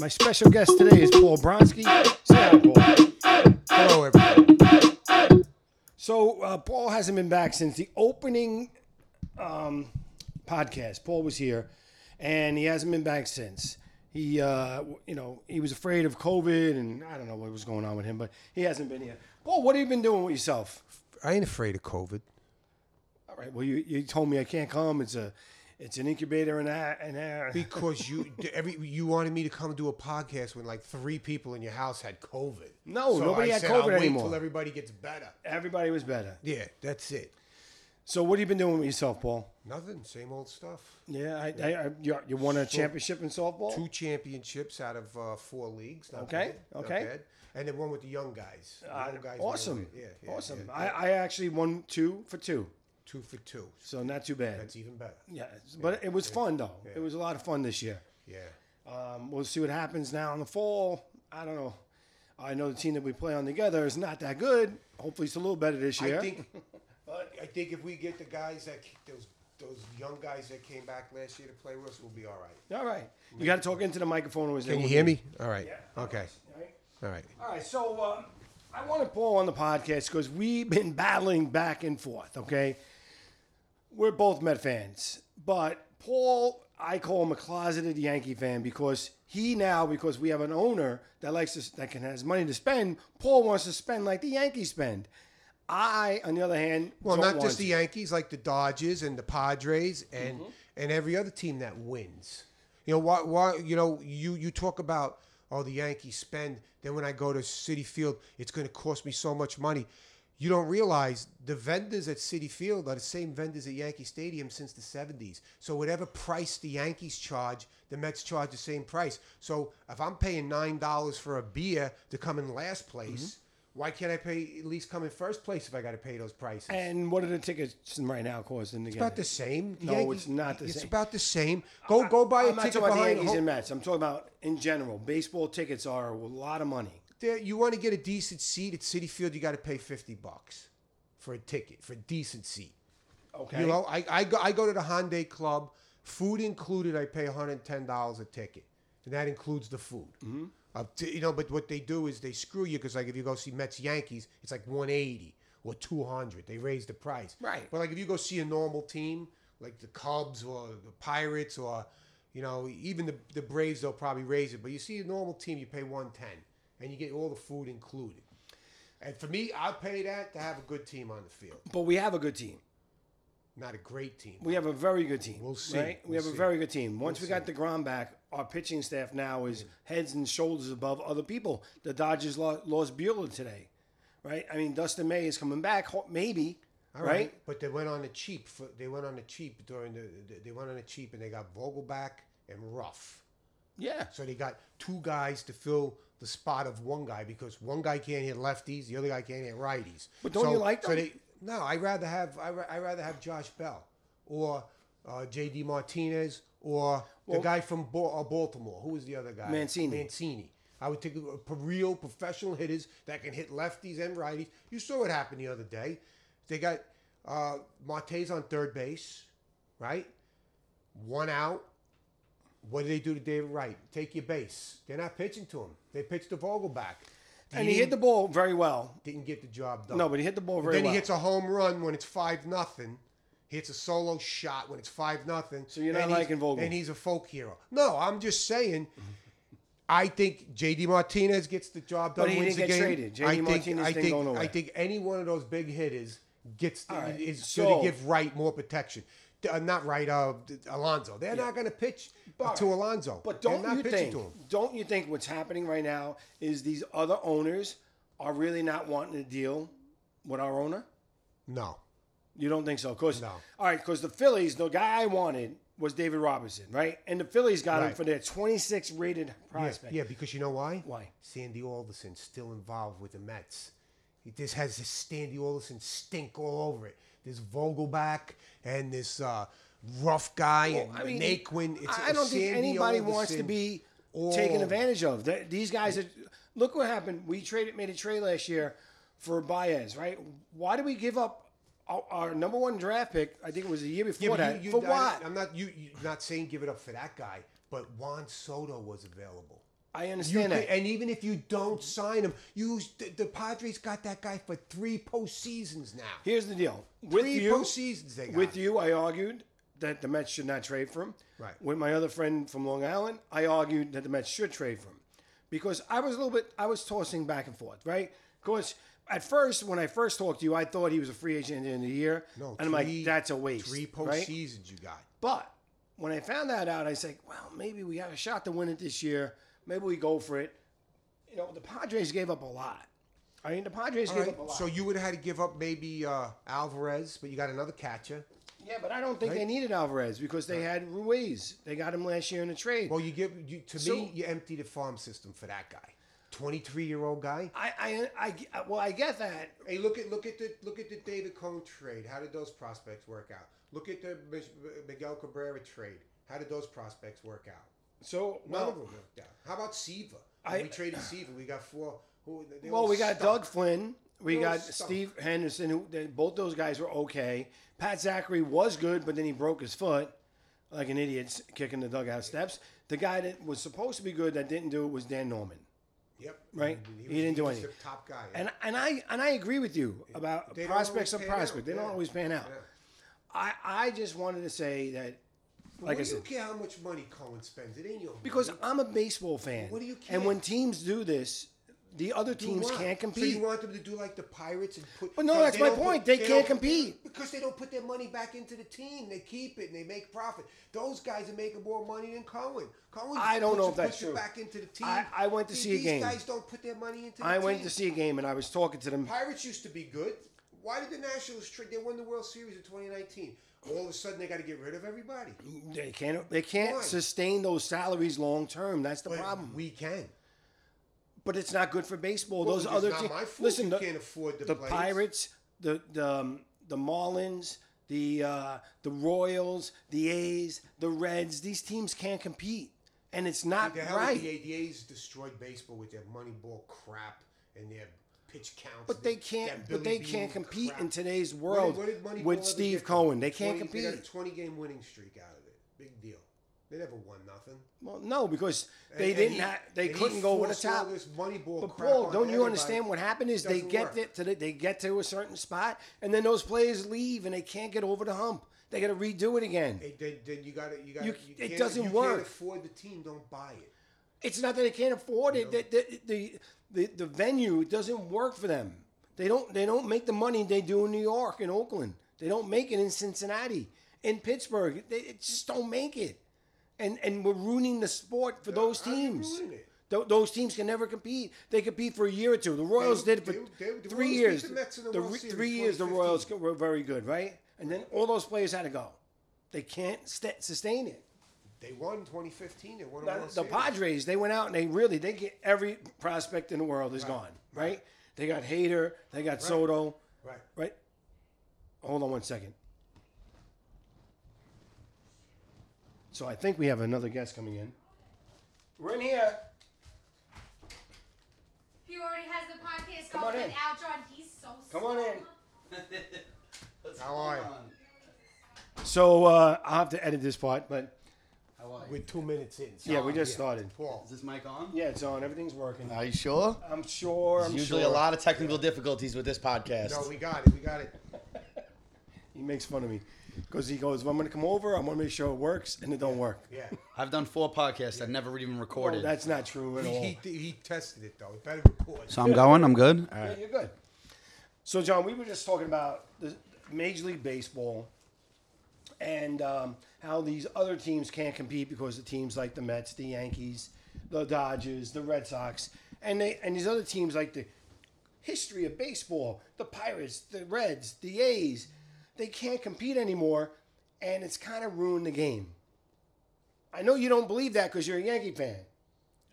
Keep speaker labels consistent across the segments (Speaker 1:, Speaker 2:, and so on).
Speaker 1: My special guest today is Paul Bronski. Say hi, Paul.
Speaker 2: Hello, everybody.
Speaker 1: So uh, Paul hasn't been back since the opening um, podcast. Paul was here, and he hasn't been back since. He, uh, w- you know, he was afraid of COVID, and I don't know what was going on with him, but he hasn't been here. Paul, what have you been doing with yourself?
Speaker 2: I ain't afraid of COVID.
Speaker 1: All right. Well, you, you told me I can't come. It's a, it's an incubator and that and that.
Speaker 2: Because you every you wanted me to come do a podcast when like three people in your house had COVID.
Speaker 1: No,
Speaker 2: So
Speaker 1: nobody
Speaker 2: I
Speaker 1: had
Speaker 2: said,
Speaker 1: COVID
Speaker 2: I'll wait
Speaker 1: anymore.
Speaker 2: till everybody gets better.
Speaker 1: Everybody was better.
Speaker 2: Yeah, that's it.
Speaker 1: So what have you been doing with yourself, Paul?
Speaker 2: Nothing. Same old stuff.
Speaker 1: Yeah, I, I, I you, you won a championship in softball.
Speaker 2: Two championships out of uh, four leagues. Not
Speaker 1: Okay,
Speaker 2: bad, not
Speaker 1: okay.
Speaker 2: bad. And then one with the young guys. The
Speaker 1: Uh,
Speaker 2: young guys
Speaker 1: awesome,
Speaker 2: won it. Yeah, yeah,
Speaker 1: awesome.
Speaker 2: yeah.
Speaker 1: I, I actually won two for two,
Speaker 2: Two for two.
Speaker 1: so not too bad.
Speaker 2: That's even better.
Speaker 1: yeah, but it was fun though. It was a lot of fun this year.
Speaker 2: Yeah.
Speaker 1: Um, we'll see what happens now in the fall. I don't know. I know the team that we play on together is not that good. Hopefully, it's a little better this year.
Speaker 2: I think, uh, I think if we get the guys that ca- those those young guys that came back last year to play with us, we'll be all right.
Speaker 1: All right, you got to talk into the microphone. Or
Speaker 2: Can you hear me? All right.
Speaker 1: Yeah.
Speaker 2: Okay. All right.
Speaker 1: All right, so uh, I wanted Paul on the podcast because we've been battling back and forth. Okay, we're both Met fans, but Paul, I call him a closeted Yankee fan because he now because we have an owner that likes to, that can has money to spend. Paul wants to spend like the Yankees spend. I, on the other hand,
Speaker 2: Well,
Speaker 1: don't
Speaker 2: not
Speaker 1: want
Speaker 2: just the
Speaker 1: to.
Speaker 2: Yankees, like the Dodgers and the Padres and and every other team that wins. You know why? Why you know you you talk about oh the Yankees spend. Then when I go to City Field, it's going to cost me so much money. You don't realize the vendors at City Field are the same vendors at Yankee Stadium since the 70s. So whatever price the Yankees charge, the Mets charge the same price. So if I'm paying nine dollars for a beer to come in last place, why can't I pay at least come in first place if I got to pay those prices?
Speaker 1: And what are the tickets right now costing?
Speaker 2: It's about the same. The
Speaker 1: No, it's not the
Speaker 2: It's
Speaker 1: same.
Speaker 2: about the same. Go go buy a
Speaker 1: I'm not
Speaker 2: ticket
Speaker 1: talking about the
Speaker 2: behind.
Speaker 1: Yankees
Speaker 2: home-
Speaker 1: and Mets. I'm talking about in general. Baseball tickets are a lot of money.
Speaker 2: there, you want to get a decent seat at City Field, you got to pay fifty bucks for a ticket for a decent seat.
Speaker 1: Okay.
Speaker 2: You know, I, I go I go to the Hyundai Club, food included. I pay one hundred ten dollars a ticket, and that includes the food. Mm-hmm. you know, but what they do is they screw you because like if you go see Mets Yankees, it's like one eighty or two hundred. They raise the price.
Speaker 1: Right.
Speaker 2: But like if you go see a normal team like the Cubs or the Pirates or you know even the the Braves, they'll probably raise it. But you see a normal team, you pay one ten, and you get all the food included. And for me, I'll pay that to have a good team on the field,
Speaker 1: but we have a good team.
Speaker 2: not a great team.
Speaker 1: We have a very good team.
Speaker 2: We'll see.
Speaker 1: Right? We
Speaker 2: We'll
Speaker 1: have a
Speaker 2: see.
Speaker 1: very good team. Once we got the ground back, our pitching staff now is heads and shoulders above other people. The Dodgers lo- lost Bueller today, right? I mean, Dustin May is coming back, ho- maybe,
Speaker 2: All
Speaker 1: right?
Speaker 2: right. But they went on the cheap. For, they went on the cheap during the. They went on the cheap and they got Vogelback and Ruff.
Speaker 1: Yeah.
Speaker 2: So they got two guys to fill the spot of one guy because one guy can't hit lefties, the other guy can't hit righties.
Speaker 1: But don't
Speaker 2: So-
Speaker 1: you like
Speaker 2: so
Speaker 1: them?
Speaker 2: they- no, I rather have I I rather have Josh Bell or uh, J.D. Martinez or the guy from Ba- uh, Baltimore. Who was the other guy?
Speaker 1: Mancini.
Speaker 2: Mancini. I would take a, a real professional hitters that can hit lefties and righties. You saw what happened the other day. They got uh, Martes on third base, right? One out. What do they do to David Wright? Take your base. They're not pitching to him. They pitched to Vogelback.
Speaker 1: And he hit the ball very well.
Speaker 2: didn't get the job done.
Speaker 1: No, but he hit the ball very
Speaker 2: then
Speaker 1: well.
Speaker 2: he hits a home run when it's five nothing. He hits a solo shot when it's five nothing. So
Speaker 1: you're not liking Vogel.
Speaker 2: And he's a folk hero. No, I'm just saying. I think J.D. Martinez gets the job done.
Speaker 1: But he
Speaker 2: wins
Speaker 1: didn't get
Speaker 2: the game.
Speaker 1: traded. J.D.
Speaker 2: I think,
Speaker 1: Martinez
Speaker 2: I
Speaker 1: didn't
Speaker 2: think,
Speaker 1: go nowhere.
Speaker 2: I think any one of those big hitters gets the,
Speaker 1: right,
Speaker 2: is
Speaker 1: so-
Speaker 2: going to give Wright more protection. Uh, not Wright, uh, Alonzo. They're not going to pitch to Alonzo.
Speaker 1: But
Speaker 2: They're
Speaker 1: don't
Speaker 2: not
Speaker 1: you
Speaker 2: pitching
Speaker 1: think?
Speaker 2: to him.
Speaker 1: Don't you think what's happening right now is these other owners are really not wanting to deal with our owner?
Speaker 2: No.
Speaker 1: You don't think so? Cause,
Speaker 2: No.
Speaker 1: All right, because the Phillies, the guy I wanted was David Robinson, right? And the Phillies got him
Speaker 2: Right.
Speaker 1: for their 26 rated prospect.
Speaker 2: Yeah, because you know why?
Speaker 1: Why?
Speaker 2: Sandy Alderson's still involved with the Mets. He- This has this Sandy Alderson stink all over it. This Vogelback and this uh, rough guy and
Speaker 1: I mean,
Speaker 2: Naquin. It's,
Speaker 1: I I don't
Speaker 2: it's
Speaker 1: think
Speaker 2: Sandy
Speaker 1: anybody wants to
Speaker 2: Alderson.
Speaker 1: be
Speaker 2: all-
Speaker 1: taken advantage of. Th- These guys are. Look what happened. We traded, made a trade last year for Baez, right? Why did we give up our, our number one draft pick? I think it was the year before
Speaker 2: Yeah, but
Speaker 1: that.
Speaker 2: you, you,
Speaker 1: for
Speaker 2: I-
Speaker 1: what?
Speaker 2: I'm not you, you. Not saying give it up for that guy, but Juan Soto was available.
Speaker 1: I, I
Speaker 2: You
Speaker 1: understand that.
Speaker 2: could- and even if you don't sign him, you the, the Padres got that guy for three postseasons now.
Speaker 1: Here's the deal. With
Speaker 2: three
Speaker 1: you,
Speaker 2: postseasons they got.
Speaker 1: with you, I argued that the Mets should not trade for him.
Speaker 2: Right.
Speaker 1: With my other friend from Long Island, I argued that the Mets should trade for him because I was a little bit, I was tossing back and forth, right? Because at first, when I first talked to you, I thought he was a free agent in the year,
Speaker 2: No,
Speaker 1: and I'm
Speaker 2: three-
Speaker 1: like, that's a waste.
Speaker 2: Three
Speaker 1: right?
Speaker 2: postseasons you got.
Speaker 1: But when I found that out, I was like, well, maybe we have a shot to win it this year. Maybe we go for it. You know, the Padres gave up a lot. I mean, the Padres
Speaker 2: All
Speaker 1: gave
Speaker 2: right,
Speaker 1: up a lot.
Speaker 2: so you would have had to give up maybe uh, Alvarez, but you got another catcher.
Speaker 1: yeah, but I don't think they
Speaker 2: Right.
Speaker 1: needed Alvarez because they had Ruiz. They got him last year in a trade.
Speaker 2: Well, you give you, to
Speaker 1: So-
Speaker 2: me you empty the farm system for that guy, twenty three year old guy.
Speaker 1: I, I, I, well, I get that.
Speaker 2: Hey, look at look at the look at the David Cohn trade. How did those prospects work out? Look at the Mich- Miguel Cabrera trade. How did those prospects work out?
Speaker 1: So,
Speaker 2: None
Speaker 1: well,
Speaker 2: of them worked out. How about Siva?
Speaker 1: I-
Speaker 2: we traded Siva. We got four. Who, they
Speaker 1: well,
Speaker 2: all
Speaker 1: we got
Speaker 2: stunk.
Speaker 1: Doug Flynn. We
Speaker 2: They all
Speaker 1: got
Speaker 2: stunk.
Speaker 1: Steve Henderson. Who, they, both those guys were okay. Pat Zachary was good, but then he broke his foot like an idiot s- kicking the dugout steps. The guy that was supposed to be good that didn't do it was Dan Norman.
Speaker 2: Yep.
Speaker 1: right? He didn't do anything.
Speaker 2: the top guy.
Speaker 1: And, and I and I agree with you about
Speaker 2: They don't
Speaker 1: prospects
Speaker 2: always
Speaker 1: and
Speaker 2: pan out,
Speaker 1: prospect. They don't
Speaker 2: yeah.
Speaker 1: always pan out.
Speaker 2: Yeah.
Speaker 1: I, I just wanted to say that,
Speaker 2: What
Speaker 1: like
Speaker 2: do
Speaker 1: I
Speaker 2: you
Speaker 1: said,
Speaker 2: care how much money Cohen spends? It ain't your
Speaker 1: because
Speaker 2: money.
Speaker 1: I'm a baseball fan.
Speaker 2: What do you care?
Speaker 1: And when teams do this, the other
Speaker 2: You
Speaker 1: teams
Speaker 2: want-
Speaker 1: can't
Speaker 2: So
Speaker 1: compete.
Speaker 2: you want them to do like the Pirates and put?
Speaker 1: But no,
Speaker 2: they-
Speaker 1: that's
Speaker 2: they
Speaker 1: my
Speaker 2: don't
Speaker 1: point. They can't
Speaker 2: don't-
Speaker 1: compete.
Speaker 2: because they don't put their money back into the team. They keep it and they make profit. Those guys are making more money than Cohen. Cohen,
Speaker 1: I don't
Speaker 2: puts
Speaker 1: know
Speaker 2: it-
Speaker 1: if that's
Speaker 2: puts it
Speaker 1: true.
Speaker 2: Back into the team.
Speaker 1: I- I went to
Speaker 2: These-
Speaker 1: see a game.
Speaker 2: These guys don't put their money into. The
Speaker 1: I
Speaker 2: team.
Speaker 1: went to see a game and I was talking to them.
Speaker 2: Pirates used to be good. Why did the Nationals trade? They won the World Series in 2019. All of a sudden, they got to get rid of everybody.
Speaker 1: They can't they can't
Speaker 2: Why?
Speaker 1: sustain those salaries long term. That's the problem.
Speaker 2: we can.
Speaker 1: But it's not good for baseball.
Speaker 2: Well,
Speaker 1: those
Speaker 2: it's
Speaker 1: other
Speaker 2: not
Speaker 1: teams.
Speaker 2: my fault
Speaker 1: Listen,
Speaker 2: you
Speaker 1: the,
Speaker 2: can't afford the
Speaker 1: the
Speaker 2: players.
Speaker 1: Pirates, the the um, the Marlins, the uh, the Royals, the A's, the Reds. These teams can't compete, and it's not
Speaker 2: The hell
Speaker 1: right.
Speaker 2: the ADA's destroyed baseball with their money ball crap and their pitch counts.
Speaker 1: But
Speaker 2: and
Speaker 1: they
Speaker 2: their-
Speaker 1: can't.
Speaker 2: that
Speaker 1: But
Speaker 2: Billy
Speaker 1: they can't
Speaker 2: Beane
Speaker 1: compete
Speaker 2: crap.
Speaker 1: in today's
Speaker 2: What did-
Speaker 1: world
Speaker 2: what did Moneyball
Speaker 1: with
Speaker 2: ever
Speaker 1: Steve
Speaker 2: get them?
Speaker 1: Cohen. They can't
Speaker 2: 20 They got a
Speaker 1: compete.
Speaker 2: 20 game winning streak out of it. Big deal. They never won nothing.
Speaker 1: Well, no, because
Speaker 2: And-
Speaker 1: they
Speaker 2: and
Speaker 1: didn't.
Speaker 2: he-
Speaker 1: ha- they
Speaker 2: and he
Speaker 1: couldn't go with the
Speaker 2: forced all
Speaker 1: top.
Speaker 2: This Moneyball
Speaker 1: But
Speaker 2: crap
Speaker 1: Paul,
Speaker 2: on
Speaker 1: don't you
Speaker 2: everybody.
Speaker 1: understand what happened is they
Speaker 2: Doesn't
Speaker 1: get
Speaker 2: work.
Speaker 1: it to the, they get to a certain spot and then those players leave and they can't get over the hump. They got to redo it again.
Speaker 2: It, then, then you got to. You got
Speaker 1: You-
Speaker 2: to.
Speaker 1: it doesn't
Speaker 2: you
Speaker 1: work.
Speaker 2: Can't afford the team. Don't buy it.
Speaker 1: It's not that they can't afford it. The, the, the, the, the venue doesn't work for them. They don't they don't make the money they do in New York and Oakland. They don't make it in Cincinnati, in Pittsburgh. They, they just don't make it. And and we're ruining the sport for those
Speaker 2: How you
Speaker 1: teams.
Speaker 2: ruin it?
Speaker 1: Tho- those teams can never compete. They compete for a year or two. The Royals
Speaker 2: They-
Speaker 1: did it for
Speaker 2: they- they- the
Speaker 1: three
Speaker 2: Royals
Speaker 1: years.
Speaker 2: beat the Mets in the
Speaker 1: The
Speaker 2: World
Speaker 1: re-
Speaker 2: Series
Speaker 1: three years the
Speaker 2: 2015.
Speaker 1: Royals co- were very good, right? And then all those players had to go. They can't st- sustain it.
Speaker 2: They won 2015. They won a
Speaker 1: The-
Speaker 2: World
Speaker 1: the
Speaker 2: Series.
Speaker 1: Padres, they went out and they really they get every prospect in the world is gone, right? They got Hayter, they got Soto,
Speaker 2: Right.
Speaker 1: right? Hold on one second. So I think we have another guest coming in. We're in here.
Speaker 3: He already has the podcast
Speaker 1: Come
Speaker 3: called
Speaker 1: on in.
Speaker 3: Without John. He's so
Speaker 1: Come on
Speaker 3: smart.
Speaker 1: in.
Speaker 4: What's
Speaker 2: How are
Speaker 4: going
Speaker 2: you?
Speaker 4: on?
Speaker 1: So uh, I'll have to edit this part, but
Speaker 4: How are you?
Speaker 2: We're two minutes in.
Speaker 1: yeah, we just started.
Speaker 2: Paul.
Speaker 4: Is this mic on?
Speaker 1: Yeah, it's on. Everything's working.
Speaker 4: Are you sure?
Speaker 1: I'm sure. I'm
Speaker 4: Usually
Speaker 1: sure.
Speaker 4: a lot of technical difficulties with this podcast.
Speaker 2: No, we got it. We got it.
Speaker 1: He makes fun of me because he goes, "Well, "I'm going to come over. I'm going to make sure it works," and it don't work.
Speaker 2: Yeah.
Speaker 4: I've done four podcasts that never even
Speaker 1: Well,
Speaker 4: recorded.
Speaker 1: that's not true at all.
Speaker 2: He, he, he tested it though. It better report.
Speaker 4: so I'm going. I'm good. All
Speaker 1: Yeah,
Speaker 4: right.
Speaker 1: you're good. So, John, we were just talking about the Major League Baseball and um, how these other teams can't compete because the teams like the Mets, the Yankees, the Dodgers, the Red Sox, and they and these other teams like the history of baseball, the Pirates, the Reds, the A's, they can't compete anymore, and it's kind of ruined the game. I know you don't believe that because you're a Yankee fan.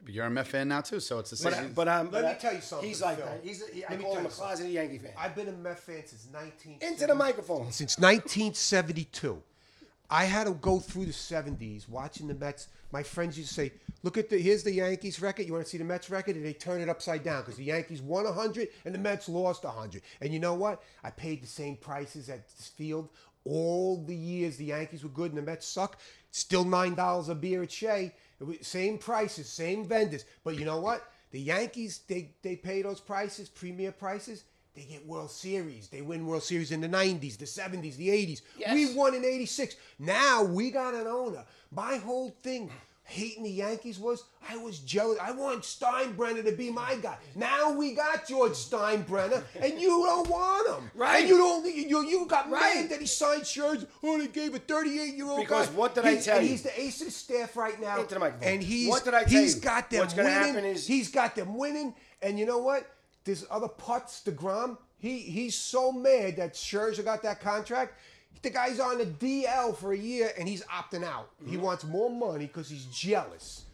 Speaker 4: But You're a Met fan now too, so it's the same.
Speaker 1: But, I, but I'm.
Speaker 2: Let
Speaker 1: but
Speaker 2: me
Speaker 1: I-
Speaker 2: tell you something,
Speaker 1: He's like
Speaker 2: Phil.
Speaker 1: that. He's. A, he, I
Speaker 2: Let me
Speaker 1: call
Speaker 2: tell
Speaker 1: him a
Speaker 2: you something.
Speaker 1: closeted Yankee fan.
Speaker 2: I've been a Met fan since 19.
Speaker 1: Into the microphone.
Speaker 2: Since 1972, I had to go through the 70s watching the Mets. My friends used to say, "Look at the here's the Yankees record. You want to see the Mets record?" And they turn it upside down because the Yankees won 100 and the Mets lost 100. And you know what? I paid the same prices at this field all the years the Yankees were good and the Mets suck. Still nine dollars a beer at Shea. It was- Same prices, same vendors. But you know what? The Yankees, they, they pay those prices, premier prices. They get World Series. They win World Series in the 90s, the 70s, the 80s. We won in 86. Now we got an owner. My whole thing hating the Yankees was I was jealous. I want Steinbrenner to be my guy. Now we got George Steinbrenner, and you don't want him.
Speaker 1: Right.
Speaker 2: And you don't. You you got
Speaker 1: Right.
Speaker 2: mad that he signed shirts. Oh, they gave a 38 year old.
Speaker 1: Because what did I tell
Speaker 2: and
Speaker 1: you?
Speaker 2: He's the ace of the staff right now.
Speaker 1: Into the microphone.
Speaker 2: And he's
Speaker 1: What did I tell
Speaker 2: he's
Speaker 1: you?
Speaker 2: got them
Speaker 1: What's gonna
Speaker 2: winning.
Speaker 1: happen is-
Speaker 2: he's got them winning. And you know what? This other putz, Degrom, he he's so mad that Scherzer got that contract. The guy's on the DL for a year and he's opting out. He wants more money because he's jealous,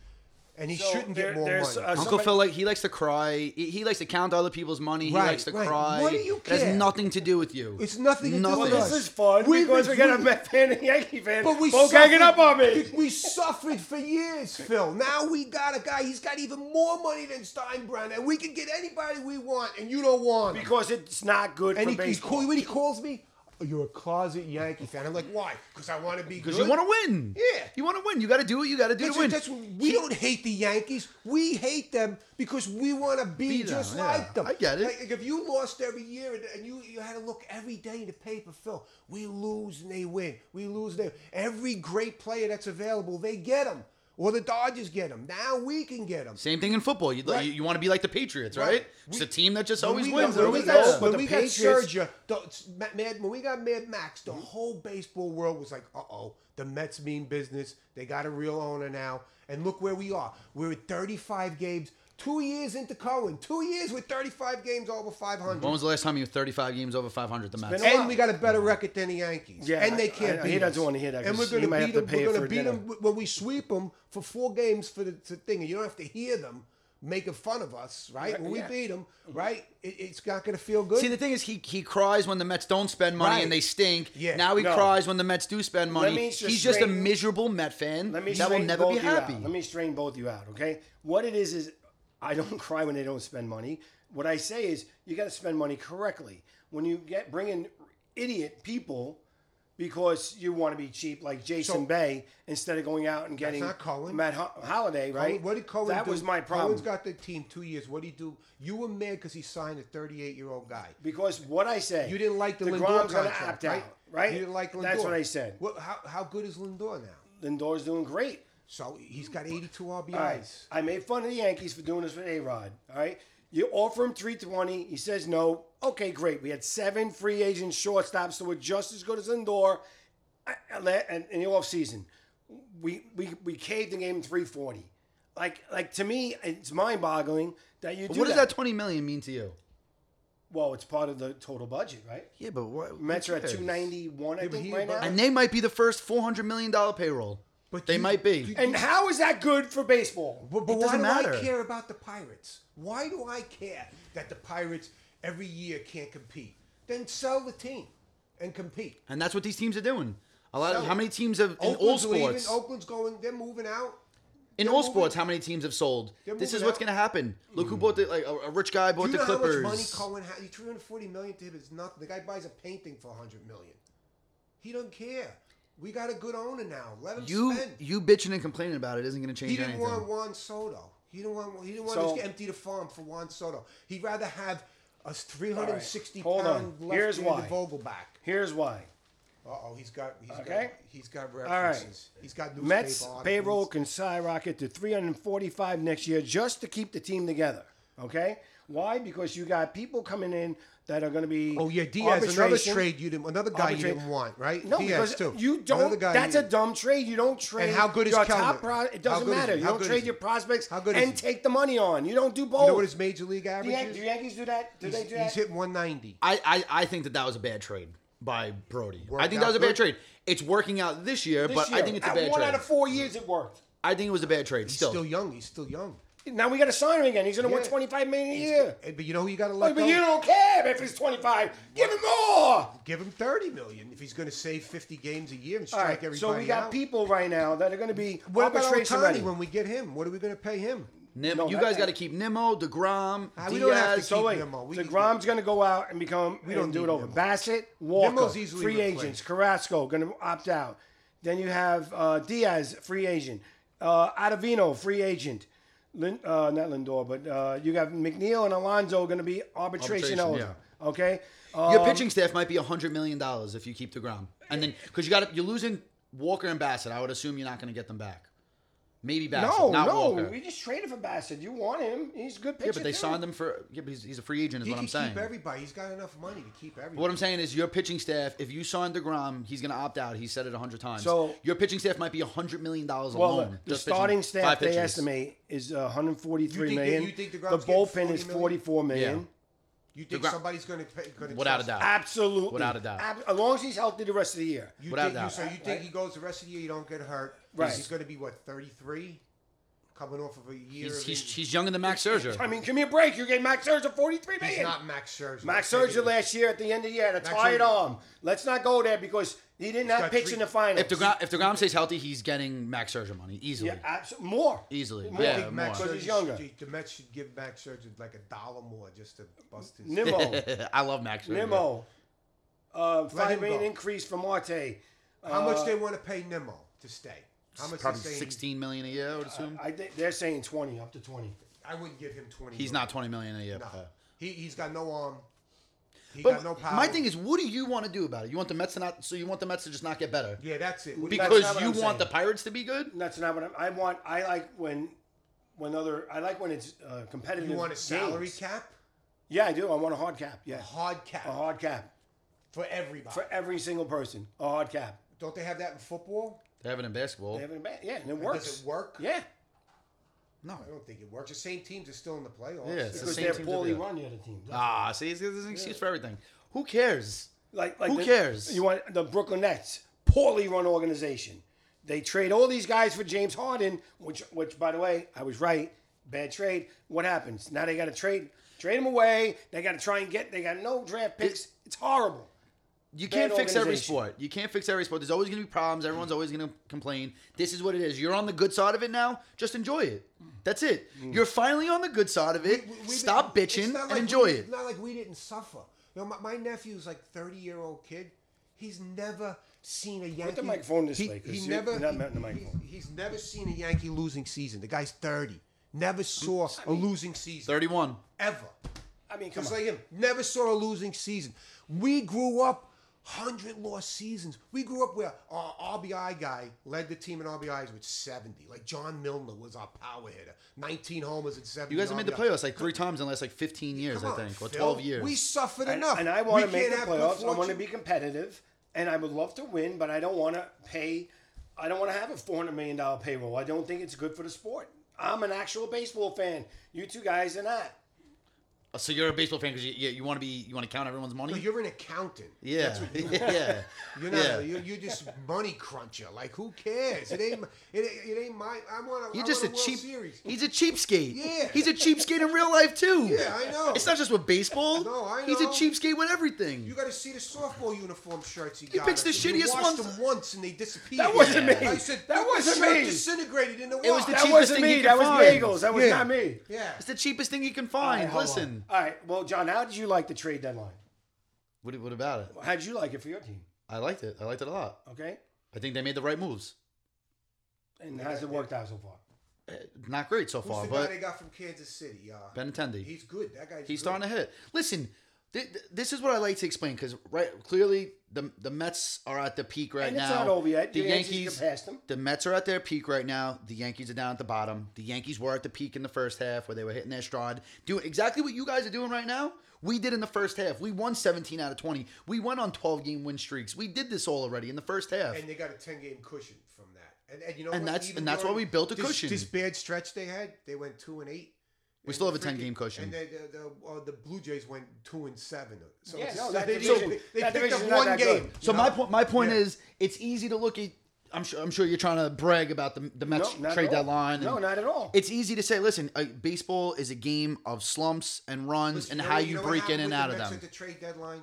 Speaker 2: and he
Speaker 1: Mm-hmm. So
Speaker 2: shouldn't
Speaker 1: there-
Speaker 2: get more
Speaker 1: there's,
Speaker 2: money.
Speaker 1: uh,
Speaker 4: Uncle
Speaker 1: somebody-
Speaker 4: Phil, like he likes to cry. He, he likes to count other people's money. He
Speaker 2: Right,
Speaker 4: likes to
Speaker 2: right.
Speaker 4: cry.
Speaker 2: What do you
Speaker 4: It
Speaker 2: care?
Speaker 4: has nothing to do with you.
Speaker 2: It's nothing to do with
Speaker 1: Well,
Speaker 2: us.
Speaker 1: Oh, this is fun
Speaker 2: We've
Speaker 1: because we
Speaker 2: been-
Speaker 1: got a Met fan and a Yankee fan.
Speaker 2: But we
Speaker 1: both
Speaker 2: suffered-
Speaker 1: ganging up on me.
Speaker 2: We suffered for years, Phil. Now we got a guy. He's got even more money than Steinbrenner, and we can get anybody we want, and you don't want. him.
Speaker 1: Because it's not good
Speaker 2: And
Speaker 1: for
Speaker 2: he, he's
Speaker 1: baseball.
Speaker 2: cool. When he calls me, "Oh, you're a closet Yankee fan. I'm like, why? Because I want to be.
Speaker 4: Because you want to win.
Speaker 2: Yeah.
Speaker 4: You want to win. You got to do what you got to do
Speaker 2: That's,
Speaker 4: to win.
Speaker 2: that's what- we don't hate the Yankees. We hate them because we want to be,
Speaker 4: Be them,
Speaker 2: just
Speaker 4: yeah.
Speaker 2: like them.
Speaker 4: I get it.
Speaker 2: Like, like, if you lost every year and, and you, you had to look every day in the paper, Phil, we lose and they win. We lose and they Every great player that's available, they get them. Or the Dodgers get them. Now we can get them.
Speaker 4: Same thing in football. You'd like-
Speaker 2: Right.
Speaker 4: You, you want to be like the Patriots,
Speaker 2: Right.
Speaker 4: right?
Speaker 2: We-
Speaker 4: It's a team that just always
Speaker 2: we
Speaker 4: wins.
Speaker 2: Got,
Speaker 4: and
Speaker 2: when, we got,
Speaker 4: always
Speaker 1: Yeah,
Speaker 4: does.
Speaker 1: but
Speaker 2: when
Speaker 1: the
Speaker 2: we got
Speaker 1: Patriots- Mm-hmm.
Speaker 2: Sergio, the, it's- Ma- Mad, when we got Mad Max, the whole baseball world was like, uh oh, the Mets mean business. They got a real owner now. And look where we are. We're at 35 games, two years into Cohen, two years with 35 games over 500.
Speaker 4: When was the last time you were 35 games over 500? The Mets.
Speaker 1: been a
Speaker 2: and we got a better record than the Yankees.
Speaker 1: Yeah,
Speaker 2: and they
Speaker 1: I-
Speaker 2: can't
Speaker 1: I-
Speaker 2: beat
Speaker 1: he doesn't
Speaker 2: us.
Speaker 1: wanna hear that
Speaker 2: And
Speaker 1: 'cause
Speaker 2: we're
Speaker 1: he
Speaker 2: going to
Speaker 1: might have
Speaker 2: beat
Speaker 1: to
Speaker 2: them.
Speaker 1: pay
Speaker 2: We're
Speaker 1: it
Speaker 2: going
Speaker 1: for
Speaker 2: to beat
Speaker 1: dinner.
Speaker 2: them when we sweep them for four games for the, the thing. And you don't have to hear them making fun of us, right? When we
Speaker 1: yeah.
Speaker 2: beat them, right? It, it's not going to feel good.
Speaker 4: See, the thing is, he, he cries when the Mets don't spend money
Speaker 2: Right.
Speaker 4: and they stink.
Speaker 2: Yeah.
Speaker 4: Now he
Speaker 1: No.
Speaker 4: cries when the Mets do spend money.
Speaker 1: me just
Speaker 4: He's just a
Speaker 1: straighten-
Speaker 4: miserable Met fan
Speaker 1: Let me
Speaker 4: that will
Speaker 1: straighten
Speaker 4: never be
Speaker 1: both you out.
Speaker 4: happy.
Speaker 1: Let me strain both you out, okay? What it is is I don't cry when they don't spend money. What I say is you got to spend money correctly. When you get bring in idiot people because you want to be cheap like Jason
Speaker 2: So-
Speaker 1: Bay instead of going out and getting
Speaker 2: not Cohen.
Speaker 1: Matt Ho- Holiday, right?
Speaker 2: What did Cohen
Speaker 1: that
Speaker 2: do?
Speaker 1: was my problem.
Speaker 2: Cohen's got the team two years. What did he do? You were mad because he signed a 38 year old guy.
Speaker 1: because what I say,
Speaker 2: You didn't like the Lindor
Speaker 1: DeGrom's gonna
Speaker 2: contract,
Speaker 1: opt out,
Speaker 2: right?
Speaker 1: right?
Speaker 2: You didn't like Lindor.
Speaker 1: That's what I said.
Speaker 2: What, how, how good is Lindor now?
Speaker 1: Lindor's doing great.
Speaker 2: So he's got 82 RBIs.
Speaker 1: All right. I made fun of the Yankees for doing this with A Rod. All right. You offer him 320. He says no. Okay, great. We had seven free agent shortstops that were just as good as Lindor I- I let- and in the offseason. We, we we caved and gave him 340. Like, like to me, it's mind boggling that you do
Speaker 4: what does
Speaker 1: that.
Speaker 4: that 20 million mean to you?
Speaker 1: well, it's part of the total budget, right?
Speaker 4: Yeah, but what?
Speaker 1: Mets
Speaker 4: who
Speaker 1: are at
Speaker 4: cares?
Speaker 1: 291, I
Speaker 2: Yeah, but
Speaker 1: think,
Speaker 2: he-
Speaker 1: right now.
Speaker 2: but-
Speaker 4: And they might be the first $400 million payroll.
Speaker 2: But
Speaker 4: they
Speaker 2: you-
Speaker 4: might be.
Speaker 2: you-
Speaker 1: and how is that good for baseball?
Speaker 2: But, but
Speaker 4: It
Speaker 2: why
Speaker 4: doesn't
Speaker 2: do
Speaker 4: matter.
Speaker 2: I care about the Pirates? Why do I care that the Pirates every year can't compete? Then sell the team and compete.
Speaker 4: and that's what these teams are doing. A lot of,
Speaker 2: So-
Speaker 4: how many teams have in all
Speaker 2: Oakland's leaving,
Speaker 4: sports?
Speaker 2: Oakland's going. They're moving out.
Speaker 4: In
Speaker 2: They're
Speaker 4: all
Speaker 2: moving-
Speaker 4: sports, how many teams have sold?
Speaker 2: They're
Speaker 4: This is
Speaker 2: moving
Speaker 4: what's
Speaker 2: out.
Speaker 4: going to happen. Look who bought the like a, a rich guy bought
Speaker 2: Do you
Speaker 4: the
Speaker 2: know
Speaker 4: Clippers.
Speaker 2: how much money Cohen has? Three hundred forty million to him is nothing. The guy buys a painting for hundred million. He don't care. We got a good owner now. Let him
Speaker 4: you
Speaker 2: spend.
Speaker 4: you bitching and complaining about it isn't going to change
Speaker 2: he didn't
Speaker 4: anything.
Speaker 2: want Juan Soto. He didn't want. He didn't want
Speaker 1: So-
Speaker 2: to just empty the farm for Juan Soto. He'd rather have a three
Speaker 1: All
Speaker 2: hundred
Speaker 1: right,
Speaker 2: and sixty
Speaker 1: hold
Speaker 2: pound
Speaker 1: on. Here's why.
Speaker 2: left-handed Vogelback.
Speaker 1: Here's why.
Speaker 2: Uh oh, he's got. He's
Speaker 1: Okay.
Speaker 2: got. He's got
Speaker 1: right.
Speaker 2: references. He's got newspaper
Speaker 1: Mets
Speaker 2: articles.
Speaker 1: payroll can skyrocket to 345 next year just to keep the team together. Okay, why? Because you got people coming in that are going to be
Speaker 2: Oh yeah, Diaz. Another
Speaker 1: arbitration.
Speaker 2: trade you didn't. Another guy you
Speaker 1: Arbitration.
Speaker 2: didn't want, right?
Speaker 1: No,
Speaker 2: Diaz
Speaker 1: because
Speaker 2: too.
Speaker 1: you
Speaker 2: Another
Speaker 1: don't.
Speaker 2: guy
Speaker 1: That's
Speaker 2: you-
Speaker 1: a dumb trade. You don't trade.
Speaker 2: how good is
Speaker 1: your
Speaker 2: Kelnick?
Speaker 1: top pro-
Speaker 2: How
Speaker 1: It doesn't
Speaker 2: good is
Speaker 1: matter.
Speaker 2: he?
Speaker 1: You
Speaker 2: How
Speaker 1: don't
Speaker 2: good is
Speaker 1: trade
Speaker 2: he?
Speaker 1: your prospects
Speaker 2: How good is
Speaker 1: and
Speaker 2: he?
Speaker 1: take the money on. You don't do both.
Speaker 2: You know what his major league
Speaker 1: do,
Speaker 2: average
Speaker 1: Yan-
Speaker 2: is?
Speaker 1: do Yankees do that? Do they
Speaker 2: He's,
Speaker 1: do that?
Speaker 2: he's hit 190.
Speaker 4: I, I I think that that was a bad trade by Brody.
Speaker 2: Worked
Speaker 4: I think that was a
Speaker 2: out
Speaker 4: bad
Speaker 2: good?
Speaker 4: trade. It's working out this year,
Speaker 1: This
Speaker 4: but I
Speaker 1: year.
Speaker 4: think it's a
Speaker 1: At
Speaker 4: bad
Speaker 1: one
Speaker 4: trade.
Speaker 1: out of four years it worked.
Speaker 4: I think it was a bad trade.
Speaker 2: He's
Speaker 4: Still,
Speaker 2: still, young. He's still young.
Speaker 1: Now we got to sign him again. He's going to
Speaker 2: Yeah.
Speaker 1: win 25 million a
Speaker 2: He's-
Speaker 1: year.
Speaker 2: eh, But you know who you got to let
Speaker 1: But
Speaker 2: go?
Speaker 1: you don't care if it's 25. Give him more.
Speaker 2: Give him 30 million if he's going to save 50 games a year and
Speaker 1: All
Speaker 2: strike
Speaker 1: right,
Speaker 2: everybody
Speaker 1: so we got
Speaker 2: out.
Speaker 1: people right now that are going to be
Speaker 2: What about
Speaker 1: arbitration
Speaker 2: Ohtani
Speaker 1: ready.
Speaker 2: when we get him? What are we going to pay him?
Speaker 4: Nim-
Speaker 1: No,
Speaker 4: you
Speaker 1: that-
Speaker 4: guys got to keep Nimmo, Degrom,
Speaker 2: Ah,
Speaker 4: Diaz.
Speaker 2: we don't have to
Speaker 1: so
Speaker 2: keep
Speaker 1: wait,
Speaker 2: Nimmo. We
Speaker 1: Degrom's going to go out and become we
Speaker 2: don't
Speaker 1: don't do
Speaker 2: need
Speaker 1: it over.
Speaker 2: Nimmo.
Speaker 1: Bassett, Walker,
Speaker 2: Nimmo's easily
Speaker 1: free
Speaker 2: replaced.
Speaker 1: agents. Carrasco going to opt out. Then you have uh, Diaz, free agent. Uh, Adavino, free agent. Lin, uh, not Lindor, but uh, you got McNeil and Alonso going to be arbitration,
Speaker 4: Arbitration,
Speaker 1: eligible. Okay. Uh,
Speaker 2: Um,
Speaker 4: Your pitching staff might be hundred million dollars if you keep Degrom, and then because you got you're losing Walker and Bassett. I would assume you're not going to get them back. Maybe Bassett,
Speaker 1: no,
Speaker 4: not
Speaker 1: no,
Speaker 4: Walker.
Speaker 1: we just traded for Bassett. You want him? He's a good pitcher.
Speaker 4: yeah, but they
Speaker 1: too.
Speaker 4: signed him for. Yeah, but he's, he's a free agent, is
Speaker 2: He
Speaker 4: what
Speaker 2: can
Speaker 4: I'm saying.
Speaker 2: keep everybody. He's got enough money to keep everybody.
Speaker 4: What I'm saying is, your pitching staff. If you sign Degrom, he's going to opt out. He said it hundred times.
Speaker 1: So-
Speaker 4: your pitching staff might be hundred million dollars
Speaker 1: Well,
Speaker 4: alone.
Speaker 1: the
Speaker 4: just pitching
Speaker 1: starting staff
Speaker 4: five
Speaker 1: they
Speaker 4: pitchers.
Speaker 1: estimate is uh, 143
Speaker 2: You think that-
Speaker 1: million.
Speaker 2: you think
Speaker 1: the
Speaker 2: DeGrom's getting
Speaker 1: bullpen is
Speaker 2: 40 million?
Speaker 1: 44 million.
Speaker 4: Yeah.
Speaker 2: you think
Speaker 4: DeGrom-
Speaker 2: somebody's going to pay? Gonna
Speaker 4: Without a
Speaker 2: trust-
Speaker 4: doubt.
Speaker 1: Absolutely,
Speaker 4: Ah, Without a doubt.
Speaker 1: Ab- as long as he's healthy the rest of the year.
Speaker 2: You
Speaker 4: Without
Speaker 2: think
Speaker 4: a
Speaker 2: you,
Speaker 4: doubt.
Speaker 2: so you think he goes the rest of the year? You don't get hurt.
Speaker 1: Right.
Speaker 2: He's going to be what 33, coming off of a year.
Speaker 4: He's,
Speaker 2: of
Speaker 4: he's,
Speaker 2: injury.
Speaker 4: he's younger than Max Scherzer.
Speaker 1: I mean, give me a break. You gave Max Scherzer 43
Speaker 2: He's
Speaker 1: million.
Speaker 2: not Max Scherzer.
Speaker 1: Max
Speaker 2: Let's
Speaker 1: Scherzer
Speaker 2: take it-
Speaker 1: last year at the end of the year had a tired
Speaker 2: Scherzer-
Speaker 1: arm. Let's not go there because he didn't have
Speaker 2: got
Speaker 1: pitch
Speaker 2: three-
Speaker 1: in the finals.
Speaker 4: If Degrom, if Degrom stays healthy, he's getting Max Scherzer money easily.
Speaker 1: yeah, abso- more
Speaker 4: Easily.
Speaker 1: more.
Speaker 4: Yeah,
Speaker 2: I think Max
Speaker 4: more.
Speaker 1: because
Speaker 2: Scherzer
Speaker 1: he's younger.
Speaker 2: should- The Mets should give Max Scherzer like a dollar more just to bust his.
Speaker 1: Nimmo,
Speaker 4: I love Max Scherzer.
Speaker 1: Nimmo, uh, five
Speaker 2: him go.
Speaker 1: million increase for Marte.
Speaker 2: How
Speaker 1: uh,
Speaker 2: much they want to pay Nimmo to stay? How much?
Speaker 4: probably
Speaker 2: they saying-
Speaker 4: sixteen million a year. I would assume
Speaker 1: I think they're saying 20 up to 20.
Speaker 2: I wouldn't give him twenty.
Speaker 4: he's
Speaker 2: million.
Speaker 4: not twenty million a year.
Speaker 2: No.
Speaker 4: but-
Speaker 2: He he's got no arm. He
Speaker 4: But
Speaker 2: got no power.
Speaker 4: my thing is, what do you want to do about it? You want the Mets to not? So you want the Mets to just not get better?
Speaker 2: yeah, that's it. What do you-
Speaker 4: Because
Speaker 1: not what
Speaker 4: you
Speaker 1: I'm
Speaker 4: want
Speaker 1: saying.
Speaker 4: the Pirates to be good?
Speaker 1: That's not what I'm, I want. I like when when other I like when it's uh, competitive.
Speaker 2: you want a salary
Speaker 1: games.
Speaker 2: cap,
Speaker 1: Yeah, I do. I want a hard cap.
Speaker 2: a
Speaker 1: Yeah,
Speaker 2: hard cap
Speaker 1: a hard cap
Speaker 2: for everybody.
Speaker 1: Uh-huh. for every single person. A hard cap.
Speaker 2: Don't they have that in football?
Speaker 4: They have it in basketball.
Speaker 1: They have it in ba- Yeah, and it works.
Speaker 2: Does it work?
Speaker 1: Yeah,
Speaker 4: No.
Speaker 2: I don't think it works. The same teams are still in the playoffs.
Speaker 4: Yeah, it's the
Speaker 1: because
Speaker 4: same
Speaker 1: they're
Speaker 4: teams that
Speaker 1: poorly
Speaker 4: do that.
Speaker 1: run the other team.
Speaker 4: Ah, see, it's- there's an excuse for everything. Who cares?
Speaker 1: Like, like
Speaker 4: Who
Speaker 1: the-
Speaker 4: cares?
Speaker 1: You want the Brooklyn Nets, poorly run organization. They trade all these guys for James Harden, which, which by the way, I was right. Bad trade. What happens now? They got to trade, trade them away. They got to try and get. They got no draft picks. It's horrible.
Speaker 4: You can't
Speaker 1: Bad
Speaker 4: fix every
Speaker 1: organization.
Speaker 4: sport. You can't fix every sport. There's always going to be problems. Everyone's always going to complain. This is what it is. You're on the good side of it now. Just enjoy it. That's it. You're finally on the good side of it.
Speaker 2: Mm. We- we
Speaker 4: Stop
Speaker 2: didn't-
Speaker 4: bitching
Speaker 2: it's
Speaker 4: and
Speaker 2: not like
Speaker 4: enjoy
Speaker 2: we-
Speaker 4: it.
Speaker 2: It's not like we didn't suffer. You know, my, my nephew's like thirty year old kid. He's never seen a Yankee.
Speaker 1: the microphone this
Speaker 2: he,
Speaker 1: way, 'cause
Speaker 2: He
Speaker 1: you're
Speaker 2: never.
Speaker 1: not
Speaker 2: he-
Speaker 1: mounting the
Speaker 2: he's-
Speaker 1: microphone.
Speaker 2: He's, never seen a Yankee losing season. The guy's thirty. Never saw a losing season
Speaker 4: 31.
Speaker 2: ever.
Speaker 1: I mean, come
Speaker 2: Just
Speaker 1: on.
Speaker 2: like him, never saw a losing season. We grew up hundred lost seasons. We grew up where our RBI guy led the team in RBIs with seventy. Like John Milner was our power hitter, nineteen homers and seventy.
Speaker 4: You guys have made the
Speaker 2: RBIs.
Speaker 4: playoffs like three times in the last like 15 years,
Speaker 2: Come
Speaker 4: I
Speaker 2: on,
Speaker 4: think, or
Speaker 2: Phil.
Speaker 4: 12 years.
Speaker 2: We suffered
Speaker 1: and,
Speaker 2: enough.
Speaker 1: and I
Speaker 2: We
Speaker 1: want to
Speaker 2: can't
Speaker 1: make the
Speaker 2: have good
Speaker 1: playoffs. I want to
Speaker 2: fortune.
Speaker 1: be competitive, and I would love to win, but I don't want to pay. I don't want to have a four hundred million dollar payroll. I don't think it's good for the sport. I'm an actual baseball fan. You two guys are not.
Speaker 4: Oh, so you're a baseball fan because you, you, you want to be you want to count everyone's money.
Speaker 2: No, You're an accountant.
Speaker 4: yeah,
Speaker 2: That's what you
Speaker 4: yeah.
Speaker 2: You're not.
Speaker 4: Yeah.
Speaker 2: You're, you're just money cruncher. Like who cares? It ain't. It, ain't- it ain't my. I want.
Speaker 4: You're
Speaker 2: I
Speaker 4: just a
Speaker 2: want World
Speaker 4: cheap.
Speaker 2: Series.
Speaker 4: He's a cheapskate.
Speaker 2: Yeah.
Speaker 4: He's a cheapskate in real life too.
Speaker 2: Yeah, I know.
Speaker 4: It's not just with baseball.
Speaker 2: No, I
Speaker 4: He's a
Speaker 2: know.
Speaker 4: cheapskate with everything.
Speaker 2: You got to see the softball uniform shirts he, got.
Speaker 4: picks the
Speaker 2: us. You
Speaker 4: shittiest
Speaker 2: washed
Speaker 4: ones.
Speaker 2: them once and they disappeared.
Speaker 1: That wasn't
Speaker 4: me.
Speaker 2: I said
Speaker 1: That
Speaker 2: "Look, the
Speaker 1: wasn't
Speaker 2: shirt
Speaker 1: me."
Speaker 2: Disintegrated in the water.
Speaker 4: was the
Speaker 1: That
Speaker 4: cheapest
Speaker 1: wasn't
Speaker 4: thing
Speaker 1: me.
Speaker 4: you
Speaker 1: That
Speaker 4: could
Speaker 1: was
Speaker 4: find.
Speaker 1: bagels. That was
Speaker 2: Yeah.
Speaker 1: not me.
Speaker 2: yeah.
Speaker 4: it's the cheapest thing you can find.
Speaker 1: All right, hold
Speaker 4: Listen.
Speaker 1: on. All right. Well, John, how did you like the trade deadline?
Speaker 4: What, what about it?
Speaker 1: How did you like it for your team?
Speaker 4: I liked it. I liked it a lot.
Speaker 1: Okay.
Speaker 4: I think they made the right moves.
Speaker 1: And how's it worked out so far?
Speaker 4: Eh, Not great so
Speaker 2: Who's
Speaker 4: far,
Speaker 2: the guy
Speaker 4: but
Speaker 2: they got from Kansas City? Uh,
Speaker 4: Benintendi.
Speaker 2: he's good. That guy's good.
Speaker 4: He's starting to hit. Listen, th- th- this is what I like to explain because right, clearly the the Mets are at the peak right
Speaker 1: And
Speaker 4: now.
Speaker 1: it's not over yet.
Speaker 4: The,
Speaker 1: The Yankees
Speaker 4: Yankees,
Speaker 1: can pass them.
Speaker 4: The Mets are at their peak right now. The Yankees are down at the bottom. The Yankees were at the peak in the first half where they were hitting their stride, doing exactly what you guys are doing right now. We did in the first half. We won 17 out of 20. We went on 12 game win streaks. We did this all already in the first half.
Speaker 2: and they got a ten game cushion from that. And, and you know,
Speaker 4: And
Speaker 2: what?
Speaker 4: that's-
Speaker 2: Even
Speaker 4: and that's why
Speaker 2: during
Speaker 4: we built a
Speaker 2: this-
Speaker 4: cushion.
Speaker 2: This bad stretch they had, they went two and eight.
Speaker 4: We
Speaker 2: And
Speaker 4: still
Speaker 2: the
Speaker 4: have a 10 game
Speaker 2: freaking-
Speaker 4: cushion.
Speaker 2: And the the, the, uh, the Blue Jays went two and seven. So
Speaker 1: Yeah,
Speaker 2: it's-
Speaker 1: no,
Speaker 2: so
Speaker 1: that
Speaker 2: they,
Speaker 1: division-
Speaker 2: they, they
Speaker 1: that
Speaker 2: picked up
Speaker 1: division's not
Speaker 2: one
Speaker 1: that
Speaker 2: game.
Speaker 1: good.
Speaker 4: So
Speaker 2: you
Speaker 4: my
Speaker 2: know?
Speaker 4: point, my point
Speaker 2: Yeah.
Speaker 4: is, it's easy to look at. I'm sure, I'm sure you're trying to brag about the the Mets
Speaker 1: No, not
Speaker 4: trade
Speaker 1: at all.
Speaker 4: deadline. and-
Speaker 1: No, not at all.
Speaker 4: It's easy to say. Listen, uh, baseball is a game of slumps and runs
Speaker 2: Listen,
Speaker 4: and
Speaker 2: know
Speaker 4: how
Speaker 2: what-
Speaker 4: you,
Speaker 2: know what
Speaker 4: break in
Speaker 2: happened
Speaker 4: and
Speaker 2: with
Speaker 4: out
Speaker 2: the
Speaker 4: of
Speaker 2: Mets
Speaker 4: them.
Speaker 2: At the trade deadline,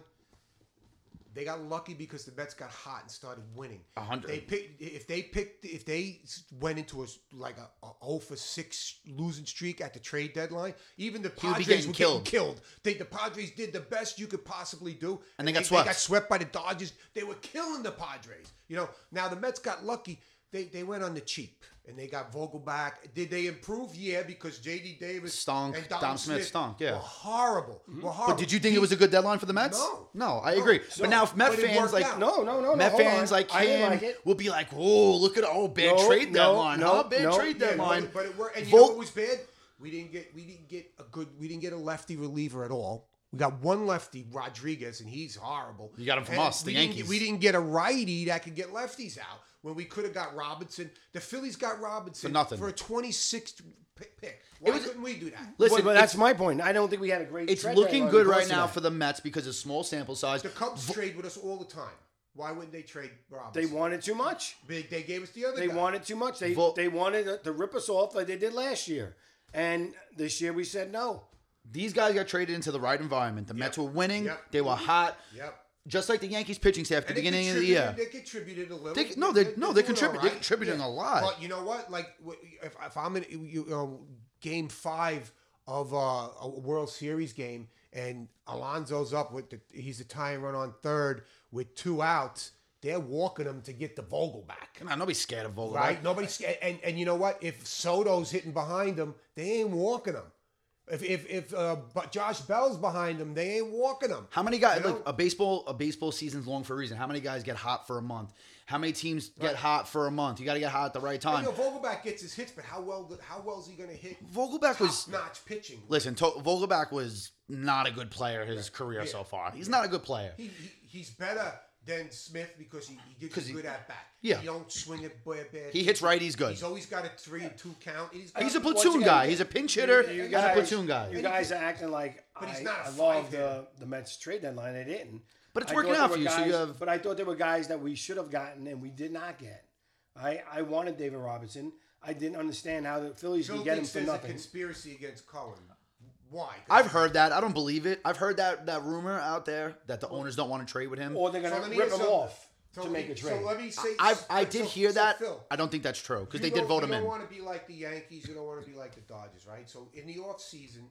Speaker 2: they got lucky because the Mets got hot and started winning.
Speaker 4: A hundred.
Speaker 2: They picked if they picked if they s- went into a s- like a, a 0 for six losing streak at the trade deadline, even the
Speaker 4: would
Speaker 2: Padres
Speaker 4: be
Speaker 2: were
Speaker 4: getting
Speaker 2: getting killed. They, the Padres did the best you could possibly do,
Speaker 4: And they got
Speaker 2: They
Speaker 4: swept.
Speaker 2: got swept by the Dodgers. They were killing the Padres. You know. Now the Mets got lucky. they, they went on the cheap and they got Vogel back. Did they improve? Yeah, because J.D. Davis
Speaker 4: Stunk.
Speaker 2: and Dom,
Speaker 4: Dom
Speaker 2: Smith,
Speaker 4: Smith stunk, yeah.
Speaker 2: were horrible. Were horrible.
Speaker 4: Mm-hmm. But did you think it was a good deadline for the Mets?
Speaker 2: No.
Speaker 4: no, I
Speaker 2: No.
Speaker 4: agree.
Speaker 2: So-
Speaker 4: but now, if Met
Speaker 2: but it
Speaker 4: fans
Speaker 2: worked
Speaker 4: like
Speaker 2: out.
Speaker 1: No, no, no, no.
Speaker 4: Met
Speaker 1: hold
Speaker 4: fans
Speaker 1: on.
Speaker 4: like
Speaker 1: I didn't
Speaker 4: him
Speaker 1: like it.
Speaker 4: will be like, "Whoa, look at oh bad
Speaker 1: No,
Speaker 4: trade
Speaker 1: no,
Speaker 4: deadline,
Speaker 1: no,
Speaker 4: huh? Bad
Speaker 1: no,
Speaker 4: trade
Speaker 1: yeah,
Speaker 2: Yeah,
Speaker 4: deadline."
Speaker 2: but, but it worked. And you
Speaker 4: Vol-
Speaker 2: know what was bad? We didn't get we didn't get a good we didn't get a lefty reliever at all. We got one lefty, Rodriguez, and he's horrible.
Speaker 4: You got him from
Speaker 2: And
Speaker 4: us, the
Speaker 2: we didn't get-
Speaker 4: Yankees.
Speaker 2: we didn't get a righty that could get lefties out when we could have got Robinson. The Phillies got Robinson
Speaker 4: For nothing.
Speaker 2: for a 26th pi- pick. Why
Speaker 4: was-
Speaker 2: couldn't we do that?
Speaker 4: Listen,
Speaker 1: Well, but
Speaker 4: it's-
Speaker 1: that's my point. I don't think we had a great.
Speaker 4: it's
Speaker 1: trade
Speaker 4: looking
Speaker 1: deadline
Speaker 4: good
Speaker 1: because
Speaker 4: right
Speaker 1: of
Speaker 4: now
Speaker 1: that.
Speaker 4: for the Mets because of small sample size.
Speaker 2: The Cubs trade with us all the time. Why wouldn't they trade Robinson?
Speaker 1: They wanted too much.
Speaker 2: They, they gave us the other.
Speaker 1: They
Speaker 2: guy.
Speaker 1: wanted too much. They
Speaker 4: Vol-
Speaker 1: they wanted to rip us off like they did last year, and this year we said no.
Speaker 4: These guys got traded into the right environment. The Mets were winning.
Speaker 2: Yep.
Speaker 4: They were hot.
Speaker 2: Yep.
Speaker 4: Just like the Yankees pitching staff at the
Speaker 2: And they
Speaker 4: beginning of the year.
Speaker 2: contributed- They contributed a little.
Speaker 4: They- no, they- no, they
Speaker 2: doing
Speaker 4: contribute-
Speaker 2: all
Speaker 4: they're contributing a lot.
Speaker 2: But you know what? Like, w- if, if I'm in you know, game five of uh, a World Series game, and Alonzo's up with the, he's a tying run on third with two outs. They're walking him to get the Vogel back,
Speaker 4: Come on, nobody's scared of Vogel.
Speaker 2: right? Nobody's and and you know what? If Soto's hitting behind him, they ain't walking him. If if if uh, but Josh Bell's behind him, they ain't walking him.
Speaker 4: How many guys
Speaker 2: You know?
Speaker 4: look a baseball a baseball season's long for a reason. How many guys get hot for a month? How many teams get hot for a month? You got to get hot at the right time.
Speaker 2: You know, Vogelback gets his hits, but how well how well is he going to hit?
Speaker 4: Vogelback was
Speaker 2: notch pitching.
Speaker 4: listen. To, Vogelback was not a good player his career so far. He's not a good player.
Speaker 2: He, he he's better than Smith because he, he gives
Speaker 4: 'Cause
Speaker 2: you
Speaker 4: he-
Speaker 2: good at bat.
Speaker 4: yeah.
Speaker 2: he don't swing it bad. bad.
Speaker 4: He hits righties good.
Speaker 2: He's always got a three and two count. He's, got,
Speaker 4: He's a
Speaker 1: Once
Speaker 4: platoon
Speaker 1: again,
Speaker 4: guy. He's a pinch hitter.
Speaker 2: you
Speaker 4: He's a
Speaker 2: guys-
Speaker 4: platoon guy.
Speaker 1: You guys are acting like
Speaker 2: But he's
Speaker 1: I,
Speaker 2: not a
Speaker 1: I love
Speaker 2: fighter.
Speaker 1: the, the Mets trade deadline. I didn't.
Speaker 4: But it's
Speaker 1: I
Speaker 4: working
Speaker 1: thought
Speaker 4: out
Speaker 1: there were
Speaker 4: for you, so you
Speaker 1: guys-
Speaker 4: have-
Speaker 1: But I thought there were guys that we should have gotten and we did not get. I I wanted David Robinson. I didn't understand how the Phillies
Speaker 2: Bill
Speaker 1: could get him
Speaker 2: thinks
Speaker 1: for
Speaker 2: there's a
Speaker 1: nothing.
Speaker 2: conspiracy against Cohen. Why?
Speaker 4: I've heard that. I don't believe it. I've heard that that rumor out there that the owners don't want to trade with him.
Speaker 1: or they're
Speaker 2: So
Speaker 1: gonna
Speaker 2: let me
Speaker 1: rip
Speaker 2: ask
Speaker 1: him
Speaker 2: something.
Speaker 1: off
Speaker 2: So
Speaker 1: to
Speaker 2: let
Speaker 1: make
Speaker 2: me-
Speaker 1: a trade.
Speaker 2: So let me say,
Speaker 4: I I
Speaker 2: so-
Speaker 4: did hear
Speaker 2: so
Speaker 4: that.
Speaker 2: Phil,
Speaker 4: I don't think that's true because they
Speaker 2: You
Speaker 4: did
Speaker 2: don't-
Speaker 4: vote him
Speaker 2: You
Speaker 4: in.
Speaker 2: don't want to be like the Yankees. You don't want to be like the Dodgers, right? So in the offseason,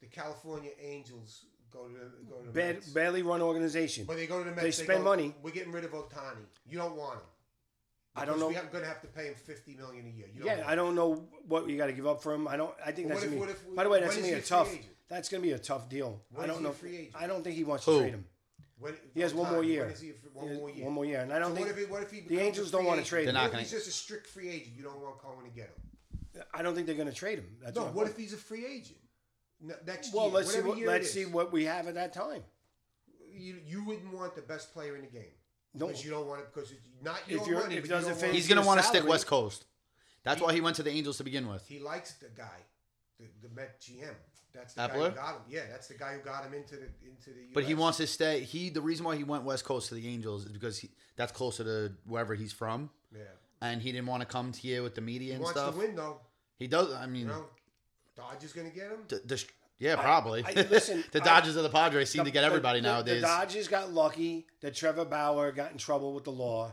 Speaker 2: the California Angels go to the- go to the
Speaker 1: Bad,
Speaker 2: Mets.
Speaker 1: badly run organization.
Speaker 2: But they go to the Mets.
Speaker 1: They spend
Speaker 2: go,
Speaker 1: money.
Speaker 2: We're getting rid of Otani. You don't want him.
Speaker 1: I don't know.
Speaker 2: We're going to have to pay him fifty million a year. You don't
Speaker 1: Yeah,
Speaker 2: want
Speaker 1: I don't know what you got to give up for him. I don't. I think
Speaker 2: But
Speaker 1: that's. gonna
Speaker 2: what if-
Speaker 1: be-
Speaker 2: what if-
Speaker 1: by the way, that's
Speaker 2: when
Speaker 1: gonna be a
Speaker 2: is he a
Speaker 1: tough.
Speaker 2: free agent?
Speaker 1: That's gonna be a tough deal.
Speaker 2: When
Speaker 1: I
Speaker 2: is
Speaker 1: don't
Speaker 2: he a
Speaker 1: know.
Speaker 2: free agent?
Speaker 1: I don't think he wants
Speaker 4: Who?
Speaker 1: to trade him.
Speaker 2: When-
Speaker 1: He has one more
Speaker 2: Otani,
Speaker 1: year.
Speaker 2: when is he a fr- one
Speaker 1: He has
Speaker 2: more year.
Speaker 1: one more year, and I don't
Speaker 2: So
Speaker 1: think
Speaker 2: what if, he- what if he
Speaker 1: the
Speaker 2: becomes a
Speaker 1: Angels
Speaker 2: free
Speaker 1: don't want to
Speaker 2: agent?
Speaker 1: trade
Speaker 4: They're
Speaker 1: him.
Speaker 4: not
Speaker 2: What if
Speaker 4: gonna-
Speaker 2: He's just a strict free agent. You don't want Cohen to get him.
Speaker 1: I don't think they're going to trade him. That's
Speaker 2: No.
Speaker 1: my
Speaker 2: What
Speaker 1: point.
Speaker 2: if he's a free agent? No, next
Speaker 1: Well,
Speaker 2: year,
Speaker 1: let's see.
Speaker 2: whatever
Speaker 1: What,
Speaker 2: year it
Speaker 1: let's
Speaker 2: is.
Speaker 1: see what we have at that time.
Speaker 2: you, you wouldn't want the best player in the game.
Speaker 1: No.
Speaker 2: Because you don't want it because it's not your
Speaker 1: If you're-
Speaker 2: money.
Speaker 1: if it
Speaker 2: but you don't
Speaker 1: doesn't
Speaker 2: want
Speaker 1: fit-
Speaker 2: it.
Speaker 4: He's gonna
Speaker 1: His
Speaker 4: want to
Speaker 1: salary-
Speaker 4: stick West Coast. That's why he went to the Angels to begin with.
Speaker 2: He likes the guy, the, the Met GM. That's the guy
Speaker 4: Epler?
Speaker 2: who got him. Yeah, that's the guy who got him into the into the.
Speaker 4: But he
Speaker 2: US.
Speaker 4: wants to stay. He the reason why he went West Coast to the Angels is because he, that's closer to wherever he's from,
Speaker 2: Yeah.
Speaker 4: and he didn't want to come here with the media
Speaker 2: He
Speaker 4: and
Speaker 2: wants
Speaker 4: stuff.
Speaker 2: to win though.
Speaker 4: He does. I mean,
Speaker 2: You know, Dodgers gonna get him.
Speaker 4: the, the, yeah, probably.
Speaker 1: I- listen,
Speaker 4: the
Speaker 1: I-
Speaker 4: Dodgers or the Padres seem to get
Speaker 1: The-
Speaker 4: everybody
Speaker 1: the-
Speaker 4: nowadays.
Speaker 1: The Dodgers got lucky that Trevor Bauer got in trouble with the law,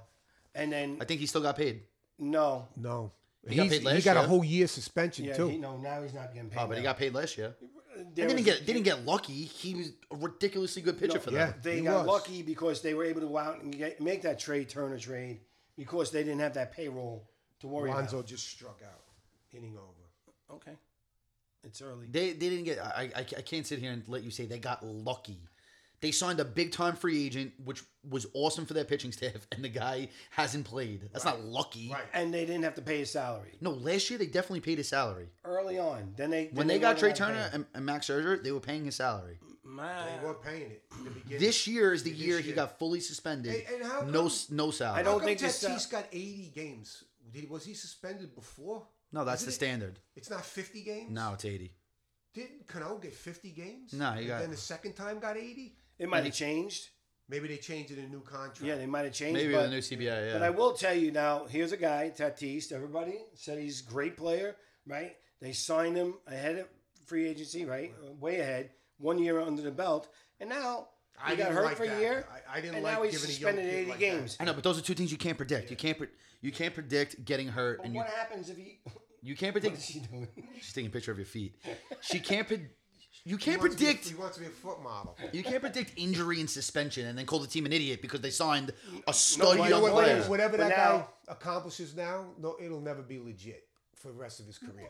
Speaker 1: and then
Speaker 4: I think he still got paid.
Speaker 1: no,
Speaker 2: No.
Speaker 4: He got He's- paid he last got a year. whole
Speaker 2: year suspension
Speaker 1: yeah, he, no, now he's not getting paid.
Speaker 4: Oh, but he got paid last year.
Speaker 1: They
Speaker 4: He didn't get didn't get lucky. He was a ridiculously good pitcher for them.
Speaker 2: yeah.
Speaker 1: They
Speaker 2: He
Speaker 1: got
Speaker 2: was.
Speaker 1: lucky because they were able to go out and get, make that trade, Turner trade, because they didn't have that payroll to worry
Speaker 2: Lonzo just struck out, inning over.
Speaker 1: about. Okay, it's early.
Speaker 4: They they didn't get. I, I I can't sit here and let you say they got lucky. They signed a big time free agent, which was awesome for their pitching staff, and the guy hasn't played. That's not lucky.
Speaker 2: Right.
Speaker 1: And they didn't have to pay his salary
Speaker 4: No, last year they definitely paid his salary.
Speaker 1: early on. Then they
Speaker 4: When
Speaker 1: then
Speaker 4: they
Speaker 1: learned
Speaker 4: got Trey
Speaker 1: how to pay
Speaker 4: Turner
Speaker 1: him.
Speaker 4: and, and Max Scherzer, they were paying his salary.
Speaker 1: Uh,
Speaker 2: They were paying it in the beginning.
Speaker 4: This year is the year he
Speaker 2: year.
Speaker 4: got fully suspended.
Speaker 2: And- and how
Speaker 4: no
Speaker 2: come-
Speaker 4: s- no salary.
Speaker 1: I
Speaker 2: How
Speaker 1: don't
Speaker 2: come
Speaker 1: think this, uh,
Speaker 2: Tatis got 80 games. Did, was he suspended before?
Speaker 4: No, that's
Speaker 2: Isn't
Speaker 4: the
Speaker 2: it-
Speaker 4: standard.
Speaker 2: It's not 50 games.
Speaker 4: No, it's eighty.
Speaker 2: Didn't Cano get 50 games?
Speaker 4: No, he
Speaker 2: And
Speaker 4: got-
Speaker 2: Then the second time got 80.
Speaker 1: It might have changed.
Speaker 2: Maybe they changed it in a new contract.
Speaker 1: Yeah, they might have changed.
Speaker 4: Maybe
Speaker 1: but,
Speaker 4: with the new CBI. Yeah.
Speaker 1: but I will tell you now. Here's a guy, Tatis. Everybody said he's a great player, right? They signed him ahead of free agency, right? Way ahead, one year under the belt, and now
Speaker 2: I
Speaker 1: he got
Speaker 2: didn't
Speaker 1: hurt
Speaker 2: like
Speaker 1: for
Speaker 2: that.
Speaker 1: a year.
Speaker 2: I- I didn't
Speaker 1: and
Speaker 2: like
Speaker 1: now he's
Speaker 2: giving a young
Speaker 1: suspended
Speaker 2: kid
Speaker 1: 80
Speaker 2: like that.
Speaker 1: games.
Speaker 4: I know, but those are two things you can't predict. You can't pre- you can't predict getting hurt, and you
Speaker 1: What happens if he?
Speaker 4: you can't
Speaker 1: What's
Speaker 4: predict.
Speaker 1: he doing?
Speaker 4: She's taking a picture of your feet. She can't. Pre- You can't
Speaker 2: wants to be a-
Speaker 4: predict.
Speaker 2: he wants to be a foot model.
Speaker 4: You can't predict injury and suspension and then call the team an idiot because they signed
Speaker 1: No,
Speaker 4: a
Speaker 1: you
Speaker 4: stud
Speaker 1: know
Speaker 4: young
Speaker 1: what-
Speaker 4: player.
Speaker 1: players.
Speaker 2: Whatever
Speaker 1: But
Speaker 2: that guy
Speaker 1: now-
Speaker 2: accomplishes now, no, it'll never be legit for the rest of his career.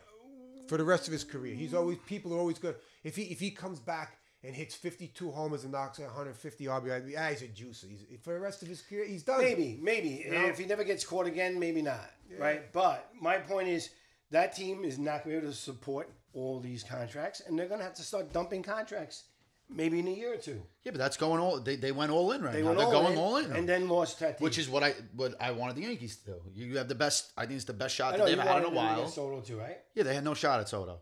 Speaker 2: For the rest of his career, he's always people are always good. If he if he comes back and hits 52 homers and knocks out 150 RBI, ah, he's a juicer. He's, for the rest of his career, he's done.
Speaker 1: Maybe, maybe.
Speaker 2: know?
Speaker 1: If he never gets caught again, maybe not. Right? But my point is that team is not going to be able to support all these contracts, and they're going to have to start dumping contracts maybe in a year or two.
Speaker 4: Yeah, but that's going all. They, they went all in right
Speaker 1: They
Speaker 4: now.
Speaker 1: went
Speaker 4: They're
Speaker 1: all
Speaker 4: going
Speaker 1: in,
Speaker 4: all in,
Speaker 1: and then lost Tatis.
Speaker 4: which is what I what I wanted the Yankees to do. You you have the best. I think it's the best shot
Speaker 1: I
Speaker 4: that
Speaker 1: know
Speaker 4: they've
Speaker 1: you
Speaker 4: had in
Speaker 1: wanted
Speaker 4: a
Speaker 1: them to
Speaker 4: while.
Speaker 1: get Soto too, right?
Speaker 4: yeah, they had no shot at Soto,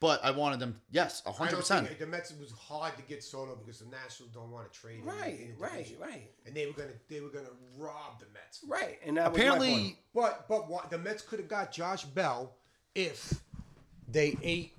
Speaker 4: but I wanted them. Yes,
Speaker 2: I
Speaker 4: hundred
Speaker 2: don't
Speaker 4: percent.
Speaker 2: think the Mets it was hard to get Soto because the Nationals don't want to trade him.
Speaker 1: Right,
Speaker 2: in the
Speaker 1: right,
Speaker 2: division.
Speaker 1: right,
Speaker 2: And they were gonna they were gonna rob the Mets.
Speaker 1: right. And that was my point.
Speaker 4: Apparently,
Speaker 2: But but what, the Mets could have got Josh Bell if they ate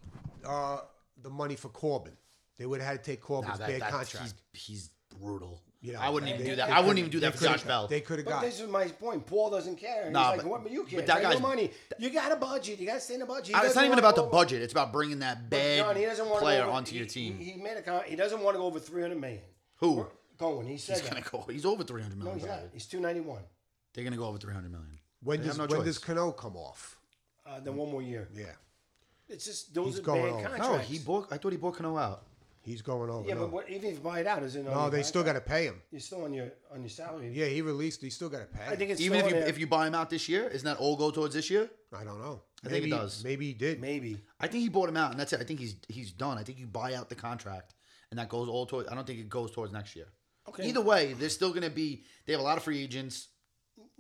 Speaker 2: uh, the money for Corbin. They would have had to take
Speaker 4: nah,
Speaker 2: Corbin's
Speaker 4: that,
Speaker 2: bad
Speaker 4: that-
Speaker 2: contract.
Speaker 4: he's, he's brutal.
Speaker 2: You know,
Speaker 4: I wouldn't
Speaker 2: they-
Speaker 4: even do
Speaker 2: they-
Speaker 4: that.
Speaker 2: they
Speaker 4: I wouldn't
Speaker 2: could've-
Speaker 4: even do that
Speaker 2: they
Speaker 4: for Josh
Speaker 2: could've-
Speaker 4: Bell.
Speaker 2: They could have
Speaker 1: But
Speaker 2: got.
Speaker 1: this is my point. Paul doesn't care. He's
Speaker 4: Nah,
Speaker 1: like,
Speaker 4: but-
Speaker 1: what? But you
Speaker 4: but
Speaker 1: care.
Speaker 4: that
Speaker 1: Take your
Speaker 4: guy's-
Speaker 1: money. You got a budget. You got to stay in the budget. He
Speaker 4: I- it's
Speaker 1: doesn't
Speaker 4: not even
Speaker 1: wanna
Speaker 4: about
Speaker 1: go
Speaker 4: the
Speaker 1: over-
Speaker 4: budget. It's about bringing
Speaker 1: But
Speaker 4: that bad
Speaker 1: John, he doesn't want
Speaker 4: player
Speaker 1: to go over,
Speaker 4: onto your
Speaker 1: he-
Speaker 4: team.
Speaker 1: He, he made a comment. He doesn't want to go over 300 million.
Speaker 4: Who?
Speaker 1: Cohen. He said
Speaker 4: He's
Speaker 1: that.
Speaker 4: gonna go. He's over three hundred
Speaker 1: No,
Speaker 4: million.
Speaker 1: he's not. He's 291.
Speaker 4: They're gonna go over three hundred million.
Speaker 2: When
Speaker 4: They
Speaker 2: does
Speaker 4: have no
Speaker 2: when
Speaker 4: choice.
Speaker 2: does Cano come off?
Speaker 1: Uh, then one more year.
Speaker 2: Yeah,
Speaker 1: It's just those
Speaker 2: He's
Speaker 1: are
Speaker 2: going
Speaker 1: bad
Speaker 2: over. No,
Speaker 1: contracts.
Speaker 4: No, he bought. I thought he bought Cano out.
Speaker 2: he's going over.
Speaker 1: Yeah,
Speaker 2: no.
Speaker 1: but what, even if you buy it out, is it? on
Speaker 2: no,
Speaker 1: your
Speaker 2: Oh, they
Speaker 1: back?
Speaker 2: still got to pay him.
Speaker 1: You're still on your on your salary.
Speaker 2: Yeah, he released. He still got to pay.
Speaker 1: I think it's
Speaker 4: Even if
Speaker 1: still
Speaker 4: you
Speaker 1: on there.
Speaker 4: if you buy him out this year, isn't that all go towards this year?
Speaker 2: I don't know.
Speaker 4: I
Speaker 2: maybe,
Speaker 4: think it does.
Speaker 2: Maybe he did.
Speaker 1: maybe
Speaker 4: I think he bought him out, and that's it. I think he's he's done. I think you buy out the contract, and that goes all towards. I don't think it goes towards next year.
Speaker 1: Okay.
Speaker 4: Either way, they're still gonna be. They have a lot of free agents.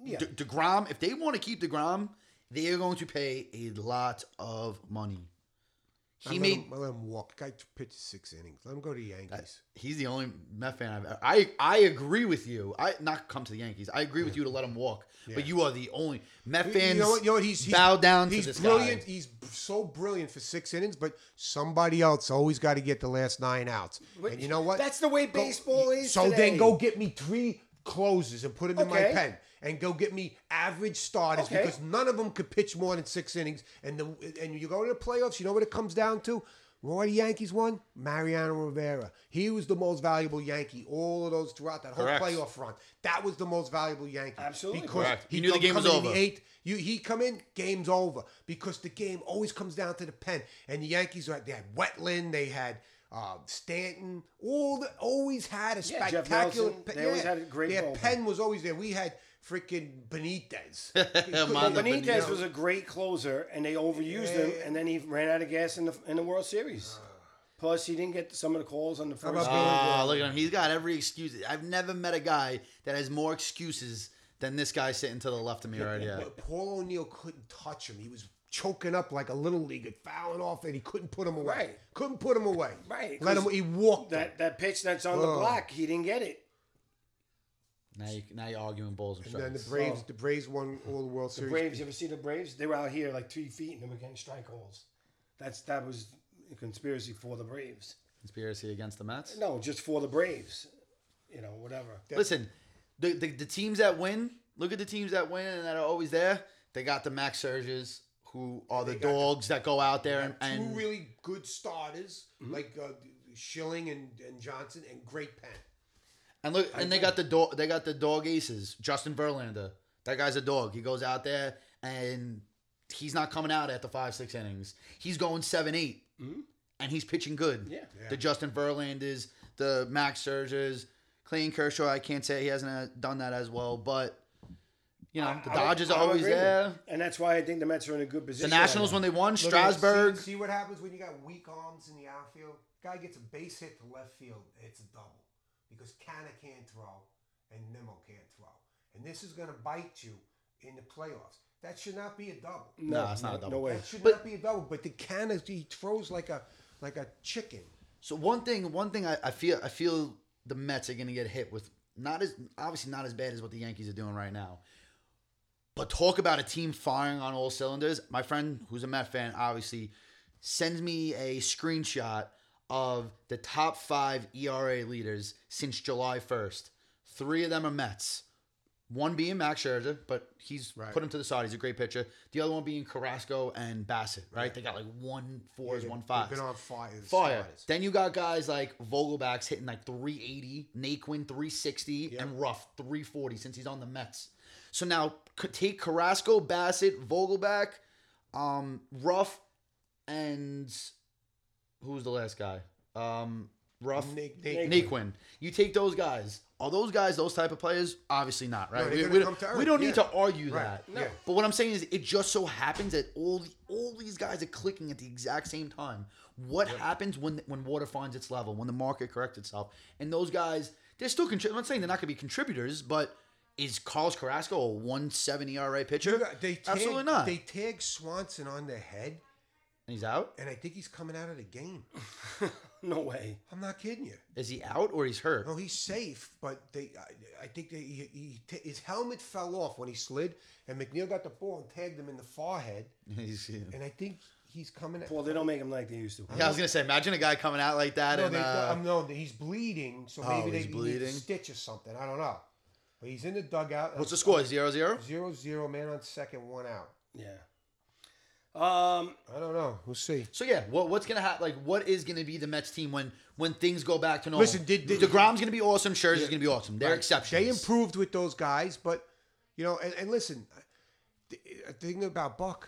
Speaker 1: yeah.
Speaker 4: De- Degrom, if they want to keep Degrom, they are going to pay a lot of money.
Speaker 2: I
Speaker 4: He
Speaker 2: let
Speaker 4: made.
Speaker 2: him, I let him walk. Guy pitched six innings. Let him go to the Yankees.
Speaker 4: He's the only Met fan I've. I I agree with you. I not come to the Yankees. I agree with you to let him walk. But you are the only Met
Speaker 2: you
Speaker 4: fans.
Speaker 2: know what? You know what? He's, he's
Speaker 4: bow down
Speaker 2: He's
Speaker 4: to this
Speaker 2: brilliant.
Speaker 4: guy.
Speaker 2: He's b- so brilliant for six innings, but somebody else always got to get the last nine outs. and you know what?
Speaker 1: That's the way
Speaker 2: Go-
Speaker 1: baseball is.
Speaker 2: So
Speaker 1: today.
Speaker 2: then go get me three closes and put them in my
Speaker 1: Okay.
Speaker 2: pen, and go get me average starters
Speaker 1: Okay.
Speaker 2: because none of them could pitch more than six innings. And the and you go to the playoffs. You know what it comes down to. What the Yankees won? Mariano Rivera. He was the most valuable Yankee. All of those throughout that whole
Speaker 4: Correct.
Speaker 2: playoff run. That was the most valuable Yankee.
Speaker 1: Absolutely.
Speaker 2: Because
Speaker 1: Correct.
Speaker 4: You knew the
Speaker 2: don't
Speaker 4: game
Speaker 2: come
Speaker 4: was
Speaker 2: in in the
Speaker 4: over.
Speaker 2: eighth, you he come in, game's over because the game always comes down to the pen. And the Yankees are they had Wetland, they had uh, Stanton, all the always had a
Speaker 1: Yeah, Jeff
Speaker 2: spectacular.
Speaker 1: Nelson,
Speaker 2: pe-
Speaker 1: they always had a great
Speaker 2: Their
Speaker 1: bullpen.
Speaker 2: pen was always there. We had freaking Benitez.
Speaker 1: Well,
Speaker 4: Mando
Speaker 1: Benitez
Speaker 4: Benitez.
Speaker 1: was a great closer, and they overused him, and then he ran out of gas in the in the World Series. Plus, he didn't get some of the calls on the first.
Speaker 2: Uh. about
Speaker 1: game.
Speaker 4: Ah, look at him. He's got every excuse. I've never met a guy that has more excuses than this guy sitting to the left of me right here.
Speaker 2: But Paul O'Neill couldn't touch him. He was choking up like a little leaguer, fouling off, and he couldn't put him away.
Speaker 1: Right.
Speaker 2: Couldn't put him away.
Speaker 1: Right,
Speaker 2: Let him.
Speaker 1: 'cause
Speaker 2: He walked that.
Speaker 1: That that pitch that's on the
Speaker 2: Whoa.
Speaker 1: block, he didn't get it.
Speaker 4: Now, you, now you're arguing balls and
Speaker 2: And then the
Speaker 4: strikes.
Speaker 2: Braves,
Speaker 1: So-
Speaker 2: the Braves won all the World
Speaker 1: The
Speaker 2: Series.
Speaker 1: Braves, you ever see the Braves? They were out here like three feet, and they were getting strike holes. That's that was a conspiracy for the Braves.
Speaker 4: Conspiracy against the Mets.
Speaker 1: No, just for the Braves. You know, whatever.
Speaker 4: Listen, the, the the teams that win, look at the teams that win and that are always there. They got the Max Surges, who are the
Speaker 2: got the-
Speaker 4: dogs that go out there and,
Speaker 2: Two
Speaker 4: and
Speaker 2: really good starters like uh, Schilling and, and Johnson and great pen.
Speaker 4: And look, and they got the dog. They got the dog aces. Justin Verlander. That guy's a dog. He goes out there and he's not coming out after five, six innings. He's going seven, eight, and he's pitching good.
Speaker 1: Mm-hmm. Yeah.
Speaker 4: The Justin Verlanders, the Max Surges, Clayton Kershaw. I can't say he hasn't uh, done that as well, but you know the
Speaker 1: I-
Speaker 4: Dodgers are
Speaker 1: I'm
Speaker 4: always
Speaker 1: agreeing with
Speaker 4: there.
Speaker 1: you. and that's why I think the Mets are in a good
Speaker 4: The
Speaker 1: position. right
Speaker 4: Nationals
Speaker 1: now.
Speaker 4: when they won,
Speaker 2: uh, Look at it.
Speaker 4: Strasburg.
Speaker 2: See, see what happens when you got weak arms in the outfield. Guy gets a base hit to left field. It's a double because Canna can't throw and Nimmo can't throw, and this is going to bite you in the playoffs. That should not be a double.
Speaker 1: no,
Speaker 4: No, it's not a
Speaker 1: no,
Speaker 4: double.
Speaker 1: No way.
Speaker 2: That should not be a double. But the Canna he throws like a like a chicken.
Speaker 4: So one thing, one thing I, I feel, I feel the Mets are going to get hit with not as obviously not as bad as what the Yankees are doing right now. But talk about a team firing on all cylinders. My friend, who's a Met fan, obviously sends me a screenshot of the top E five ERA leaders since July first. Three of them are Mets. One being Max Scherzer, but he's
Speaker 2: Right.
Speaker 4: put him to the side. He's a great pitcher. The other one being Carrasco and Bassett, right? They got like one fours, one
Speaker 2: They've
Speaker 4: fives.
Speaker 2: been on fire. the
Speaker 4: Fire.
Speaker 2: starters.
Speaker 4: Then you got guys like Vogelbacks hitting like 380, Naquin 360, and Ruff 340 since he's on the Mets. So now c- take Carrasco, Bassett, Vogelback, um, Ruff, and who was the last guy? Um, Ruff,
Speaker 2: Nick- Nick-
Speaker 4: Naquin. You take those guys. Are those guys those type of players? Obviously not, right?
Speaker 2: they're
Speaker 4: we,
Speaker 2: gonna
Speaker 4: we don't-
Speaker 2: come to
Speaker 4: we
Speaker 2: earth,
Speaker 4: don't
Speaker 2: yeah.
Speaker 4: need to argue
Speaker 2: Right,
Speaker 4: that.
Speaker 2: no.
Speaker 4: But what I'm saying is, it just so happens that all the, all these guys are clicking at the exact same time. What happens when when water finds its level, when the market corrects itself, and those guys they're still contributing. I'm not saying they're not going to be contributors, but is Carlos Carrasco a 170 RA pitcher?
Speaker 2: You got- They tag,
Speaker 4: Absolutely not.
Speaker 2: They tag Swanson on the head,
Speaker 4: and he's out.
Speaker 2: and I think he's coming out of the game.
Speaker 1: No way.
Speaker 2: I'm not kidding you.
Speaker 4: Is he out or he's hurt?
Speaker 2: No, he's safe, but they. I, I think they, he, he, t- his helmet fell off when he slid, and McNeil got the ball and tagged him in the forehead,
Speaker 4: He's- yeah.
Speaker 2: and I think he's coming.
Speaker 1: Paul, they don't make him like they used to.
Speaker 4: Yeah, I was gonna say, imagine a guy coming out like that
Speaker 2: no,
Speaker 4: and
Speaker 2: they,
Speaker 4: uh,
Speaker 2: um, no, he's bleeding, so
Speaker 4: Oh,
Speaker 2: maybe they
Speaker 4: he's
Speaker 2: he needs
Speaker 4: bleeding?
Speaker 2: a stitch or something. I don't know, but he's in the dugout.
Speaker 4: what's the score? Zero zero.
Speaker 2: Zero zero. Man on second, one out.
Speaker 1: Yeah. Um,
Speaker 2: I don't know. We'll see.
Speaker 4: So yeah, what, what's gonna happen? Like, what is gonna be the Mets team when when things go back to normal?
Speaker 2: Listen, did- did-
Speaker 4: Degrom's gonna be awesome. Scherzer's gonna be awesome. They're
Speaker 2: Right.
Speaker 4: exceptions.
Speaker 2: They improved with those guys, but you know, and, and listen, th- uh, thinking about Buck,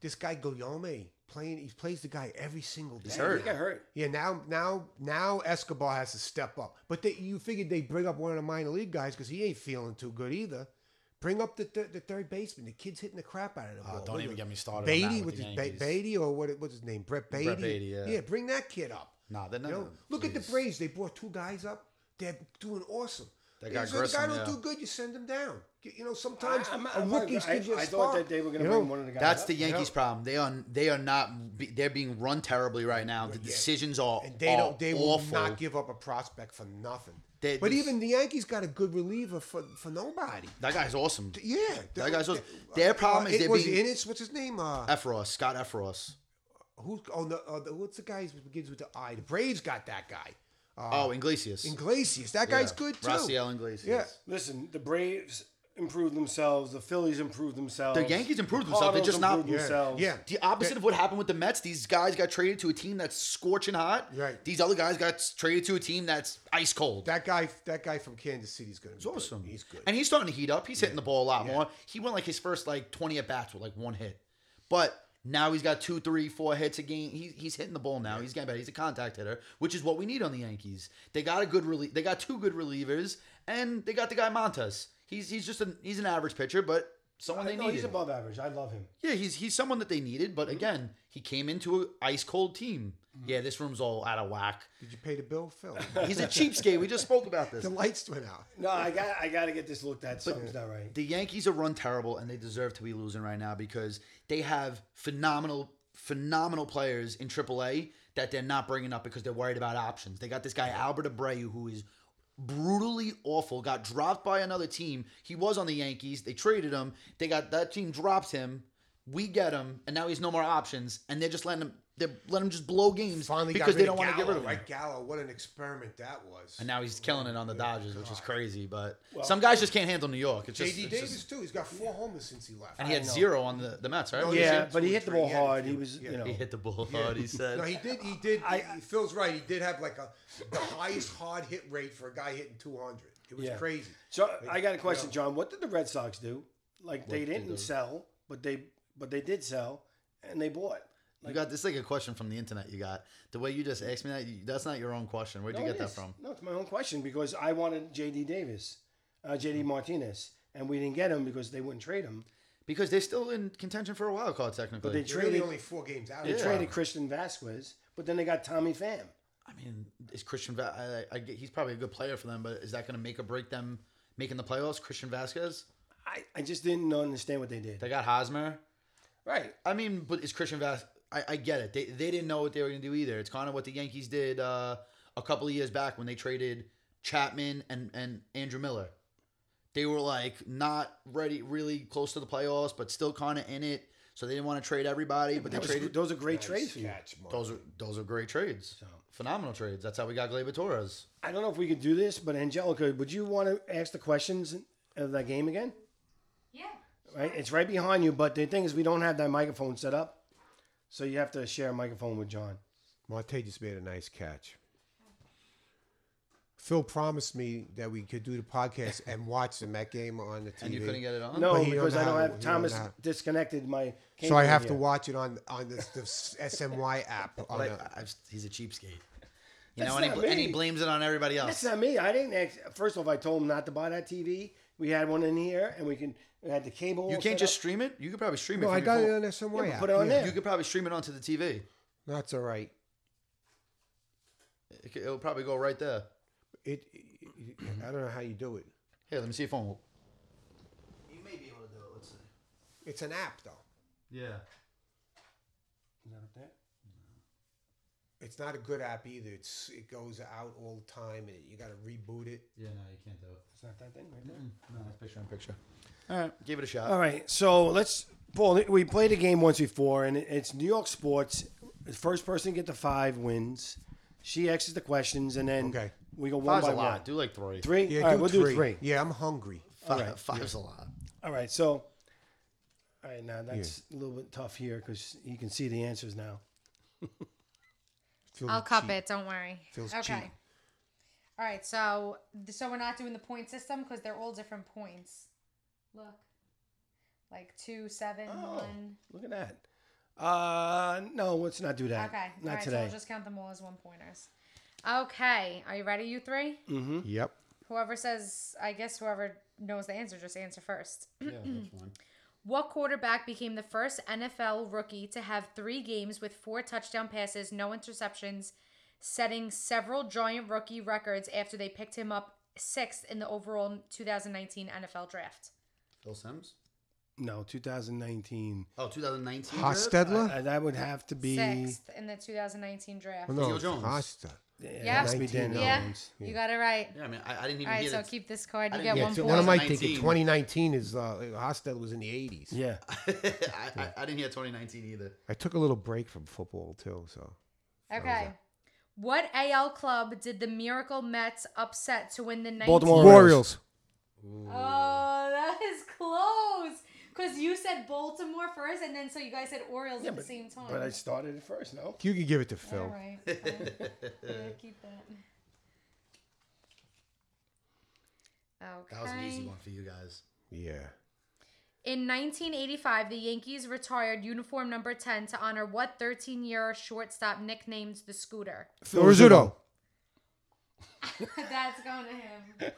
Speaker 2: this guy Guillaume playing, he plays the guy every single day.
Speaker 1: he
Speaker 4: hurt.
Speaker 1: got hurt.
Speaker 2: Yeah, now now now Escobar has to step up, but they, you figured they bring up one of the minor league guys because he ain't feeling too good either. Bring up the th- the third baseman. The kid's hitting the crap out of the ball.
Speaker 4: Oh, don't
Speaker 2: What is
Speaker 4: even
Speaker 2: it?
Speaker 4: get me started on
Speaker 2: Beatty
Speaker 4: that with
Speaker 2: with
Speaker 4: the
Speaker 2: his ba-
Speaker 4: Yankees.
Speaker 2: Beatty or what? What's his name? Brett Beatty.
Speaker 4: Beatty, yeah.
Speaker 2: yeah. Bring that kid up.
Speaker 4: Nah, they're not.
Speaker 2: You know, look at the Braves. They brought two guys up. They're doing awesome.
Speaker 4: That guy
Speaker 2: so the guy
Speaker 4: Grissom,
Speaker 2: don't
Speaker 4: yeah.
Speaker 2: do good, you send him down. You you know, sometimes
Speaker 1: I'm-
Speaker 2: a
Speaker 1: I'm-
Speaker 2: rookie's
Speaker 1: I,
Speaker 2: gives you a
Speaker 1: I thought
Speaker 2: spark.
Speaker 1: that they were going to
Speaker 2: You
Speaker 1: bring
Speaker 2: know,
Speaker 1: one of the guys.
Speaker 4: That's
Speaker 1: up.
Speaker 4: the Yankees' problem. They are they are not be- they're being run terribly right now. The decisions are
Speaker 2: And they don't. They will
Speaker 4: awful.
Speaker 2: not give up a prospect for nothing.
Speaker 4: They-
Speaker 2: but
Speaker 4: this-
Speaker 2: even the Yankees got a good reliever for for nobody.
Speaker 4: that guy's awesome.
Speaker 2: Yeah,
Speaker 4: That guy's awesome.
Speaker 2: they-
Speaker 4: Their problem
Speaker 2: uh,
Speaker 4: is
Speaker 2: it
Speaker 4: they're
Speaker 2: was
Speaker 4: being
Speaker 2: Innis. What's his name? Uh,
Speaker 4: Efros, Scott Efros.
Speaker 2: who? Oh, no, uh, the, what's the guy who begins with the I? The Braves got that guy.
Speaker 4: oh, Iglesias.
Speaker 2: Iglesias. That guy's
Speaker 4: Yeah.
Speaker 2: Uh, good too.
Speaker 4: Raciel Iglesias.
Speaker 2: Yeah.
Speaker 1: Listen, the Braves improved themselves. The Phillies improved themselves.
Speaker 4: The Yankees improved
Speaker 1: The
Speaker 4: themselves, they're
Speaker 1: Cardinals
Speaker 4: just not-
Speaker 1: improved
Speaker 4: Yeah,
Speaker 1: themselves.
Speaker 2: yeah.
Speaker 4: The opposite of what happened with the Mets, these guys got traded to a team that's scorching hot.
Speaker 2: Right.
Speaker 4: These other guys got s- traded to a team that's ice cold.
Speaker 2: That guy, that guy from Kansas City's good. He's
Speaker 4: That's awesome.
Speaker 2: He's good.
Speaker 4: And he's starting to heat up. He's hitting the ball a lot more. He went like his first like 20 at bats with like one hit. But now he's got two, three, four hits a game. He's, he's hitting the ball now. He's getting better. He's a contact hitter, which is what we need on the Yankees. They got a good relie- They got two good relievers, and they got the guy Montas. He's he's just an he's an average pitcher, but someone they
Speaker 1: No,
Speaker 4: needed.
Speaker 1: he's above average. I love him.
Speaker 4: Yeah, he's he's someone that they needed, but again, he came into an ice cold team. Yeah, this room's all out of whack.
Speaker 2: Did you pay the bill, Phil?
Speaker 4: He's a cheapskate. We just spoke about this.
Speaker 2: the lights went out.
Speaker 1: No, I got I got to get this looked at. Something's not right.
Speaker 4: The Yankees are run terrible, and they deserve to be losing right now because they have phenomenal, phenomenal players in AAA that they're not bringing up because they're worried about options. They got this guy Albert Abreu who is brutally awful. Got dropped by another team. He was on the Yankees. They traded him. They got that team dropped him. We get him, and now he's no more options, and they're just letting him. They let him just blow games
Speaker 2: Finally, got
Speaker 4: because
Speaker 2: rid
Speaker 4: they
Speaker 2: of
Speaker 4: don't want to
Speaker 2: Gallo,
Speaker 4: get rid of him.
Speaker 2: right? Gallo, what an experiment that was.
Speaker 4: And now he's killing it on the Dodgers, which is crazy. But some guys just can't handle New York. It's just,
Speaker 2: JD
Speaker 4: it's
Speaker 2: Davis
Speaker 4: just-
Speaker 2: too. He's got four homers since he left.
Speaker 4: and he had zero on the, the Mets, right?
Speaker 2: No,
Speaker 4: He
Speaker 1: Yeah,
Speaker 2: hit
Speaker 1: but he
Speaker 2: two,
Speaker 1: hit the
Speaker 2: three,
Speaker 1: ball
Speaker 2: he had a
Speaker 1: hard.
Speaker 2: few.
Speaker 1: He was,
Speaker 2: Yeah.
Speaker 1: you know,
Speaker 4: He hit the ball hard. He said,
Speaker 2: No, he did. He did. he, Phil's right. He did have like a the highest hard hit rate for a guy hitting 200. It was
Speaker 1: Yeah.
Speaker 2: crazy.
Speaker 1: So I got a question, John. What did the Red Sox do? Like they didn't sell, but they but they did sell and they bought.
Speaker 4: "You got this is like a question from the internet. You got the way you just asked me that. You, that's not your own question. Where'd you
Speaker 1: No,
Speaker 4: get
Speaker 1: it
Speaker 4: that
Speaker 1: is.
Speaker 4: from?
Speaker 1: No, it's my own question because I wanted JD Davis, uh, JD Martinez, and we didn't get him because they wouldn't trade him.
Speaker 4: Because they're still in contention for a wild card, technically.
Speaker 1: They
Speaker 2: You're really
Speaker 1: traded
Speaker 2: only four games out.
Speaker 1: they
Speaker 2: of it.
Speaker 1: traded Christian Vasquez, but then they got Tommy Pham.
Speaker 4: I mean, is Christian? Va- I, I, get- he's probably a good player for them, but is that going to make or break them making the playoffs? Christian Vasquez.
Speaker 1: I, I just didn't understand what they did.
Speaker 4: They got Hosmer.
Speaker 1: Right.
Speaker 4: I mean, but it's Christian Vas. I, I get it. They, they didn't know what they were going to do either. It's kind of what the Yankees did uh, a couple of years back when they traded Chapman and, and Andrew Miller. They were like not ready, really close to the playoffs, but still kind of in it. So they didn't want to trade everybody, but they
Speaker 1: That was-
Speaker 4: traded.
Speaker 1: those are great trades for you.
Speaker 2: Catch, Mark.
Speaker 4: Those are those are great trades, phenomenal trades. That's how we got Gleyber Torres.
Speaker 1: I don't know if we could do this, but Angelica, would you want to ask the questions? of that game again,
Speaker 3: Yeah.
Speaker 1: right? It's right behind you, but the thing is, we don't have that microphone set up, so you have to share a microphone with John.
Speaker 2: Monte just made a nice catch. Phil promised me that we could do the podcast and watch the Met game on the TV.
Speaker 4: And you couldn't get it on?
Speaker 1: No,
Speaker 2: But he don't
Speaker 1: because I
Speaker 2: have
Speaker 1: don't
Speaker 2: it.
Speaker 1: have
Speaker 2: He don't
Speaker 1: Thomas
Speaker 2: have it.
Speaker 1: disconnected my.
Speaker 2: So I
Speaker 1: cable
Speaker 2: have to
Speaker 1: here.
Speaker 2: watch it on on the, the SMY app. On
Speaker 4: Like,
Speaker 2: the,
Speaker 4: I- I've- he's a cheapskate. Oh, You
Speaker 1: That's
Speaker 4: know, and he,
Speaker 1: not
Speaker 4: bl- and he
Speaker 1: me.
Speaker 4: blames it on everybody else.
Speaker 1: That's not me. I didn't. Ask, first off, I told him not to buy that TV. We had one in here, and we can we had the cable.
Speaker 4: you
Speaker 1: all
Speaker 4: can't
Speaker 1: set
Speaker 4: just stream it. You could probably stream it.
Speaker 2: no,
Speaker 4: from
Speaker 2: I
Speaker 4: your
Speaker 2: got uh, it
Speaker 4: phone.
Speaker 2: on SMY
Speaker 1: Yeah,
Speaker 2: app.
Speaker 1: but put it on there.
Speaker 4: You could probably stream it onto the TV.
Speaker 2: That's all right.
Speaker 4: It could, it'll probably go right there.
Speaker 2: It, it- I don't know how you do it.
Speaker 4: Here, let me see your phone. You may be able to do it. Let's see.
Speaker 2: It's an app though.
Speaker 4: Yeah.
Speaker 1: Is that up there?
Speaker 2: It's not a good app either. It's it goes out all the time and you got to reboot it.
Speaker 4: Yeah, no, you can't do it. mm,
Speaker 1: It's not that thing right there.
Speaker 4: No, it's picture in picture. All right, give it a shot.
Speaker 1: All right, so let's Paul. We played a game once before, and it- it's New York sports. The first person to get to five wins. She answers the questions, and then
Speaker 2: Okay.
Speaker 1: we go one
Speaker 4: Five's
Speaker 1: by
Speaker 4: a lot.
Speaker 1: one.
Speaker 4: Do like three.
Speaker 1: Three.
Speaker 2: Yeah,
Speaker 1: All right,
Speaker 2: do
Speaker 1: we'll
Speaker 2: three.
Speaker 1: do three.
Speaker 2: Yeah, I'm hungry.
Speaker 4: Five, Five's a lot.
Speaker 1: All right, so. All right, now that's a little bit tough here because you can see the answers now.
Speaker 2: Feels
Speaker 3: I'll cup
Speaker 2: cheap.
Speaker 3: it. Don't worry.
Speaker 2: Feels
Speaker 3: okay.
Speaker 2: cheap.
Speaker 3: All right. So, so we're not doing the point system because they're all different points. Look, like two, seven, one.
Speaker 1: Oh. Look at that. Uh, no, let's not do that.
Speaker 3: Okay.
Speaker 1: not
Speaker 3: all right. So
Speaker 1: today.
Speaker 3: I'll just count them all as one pointers. Okay. Are you ready, you three?
Speaker 1: Mm-hmm.
Speaker 2: Yep.
Speaker 3: Whoever says, I guess whoever knows the answer, just answer first.
Speaker 4: Yeah, that's fine.
Speaker 3: What quarterback became the first NFL rookie to have three games with four touchdown passes, no interceptions, setting several giant rookie records after they picked him up sixth in the overall 2019 NFL draft?
Speaker 4: Phil Sims?
Speaker 1: no, 2019.
Speaker 4: Oh, 2019.
Speaker 2: Hostedler?
Speaker 1: Uh, that would have to be.
Speaker 3: Sixth in the 2019 draft.
Speaker 2: Well, no,
Speaker 4: Phil Jones.
Speaker 2: Costa.
Speaker 1: It
Speaker 3: Yeah.
Speaker 1: has to be Daniel
Speaker 3: Yeah,
Speaker 1: Jones.
Speaker 3: you got it right.
Speaker 4: Yeah, I mean, I, I didn't even
Speaker 3: All right,
Speaker 4: get
Speaker 3: so
Speaker 4: it.
Speaker 3: keep this card.
Speaker 4: I
Speaker 3: You
Speaker 4: didn't
Speaker 3: get
Speaker 4: get
Speaker 2: Yeah,
Speaker 3: one
Speaker 2: so
Speaker 3: point.
Speaker 2: what am I thinking?
Speaker 4: 2019.
Speaker 2: 2019 is uh, Hostetler was in the 80s.
Speaker 1: Yeah.
Speaker 4: I, I, I didn't hear 2019 either.
Speaker 2: I took a little break from football too, so
Speaker 3: Okay. What AL club did the Miracle Mets upset to win the 19-
Speaker 1: Baltimore Orioles.
Speaker 2: Orioles.
Speaker 3: Oh, that is close. Because you said Baltimore first, and then so you guys said Orioles at the same time.
Speaker 1: But I started it first, no?
Speaker 2: You can give it to Phil.
Speaker 3: All right. fine. Yeah, keep that. Okay.
Speaker 4: That was an easy one for you guys.
Speaker 2: Yeah.
Speaker 3: In 1985, the Yankees retired uniform number 10 to honor what 13 year shortstop nicknamed the Scooter?
Speaker 1: Phil
Speaker 2: Rizzuto.
Speaker 3: That's going to him.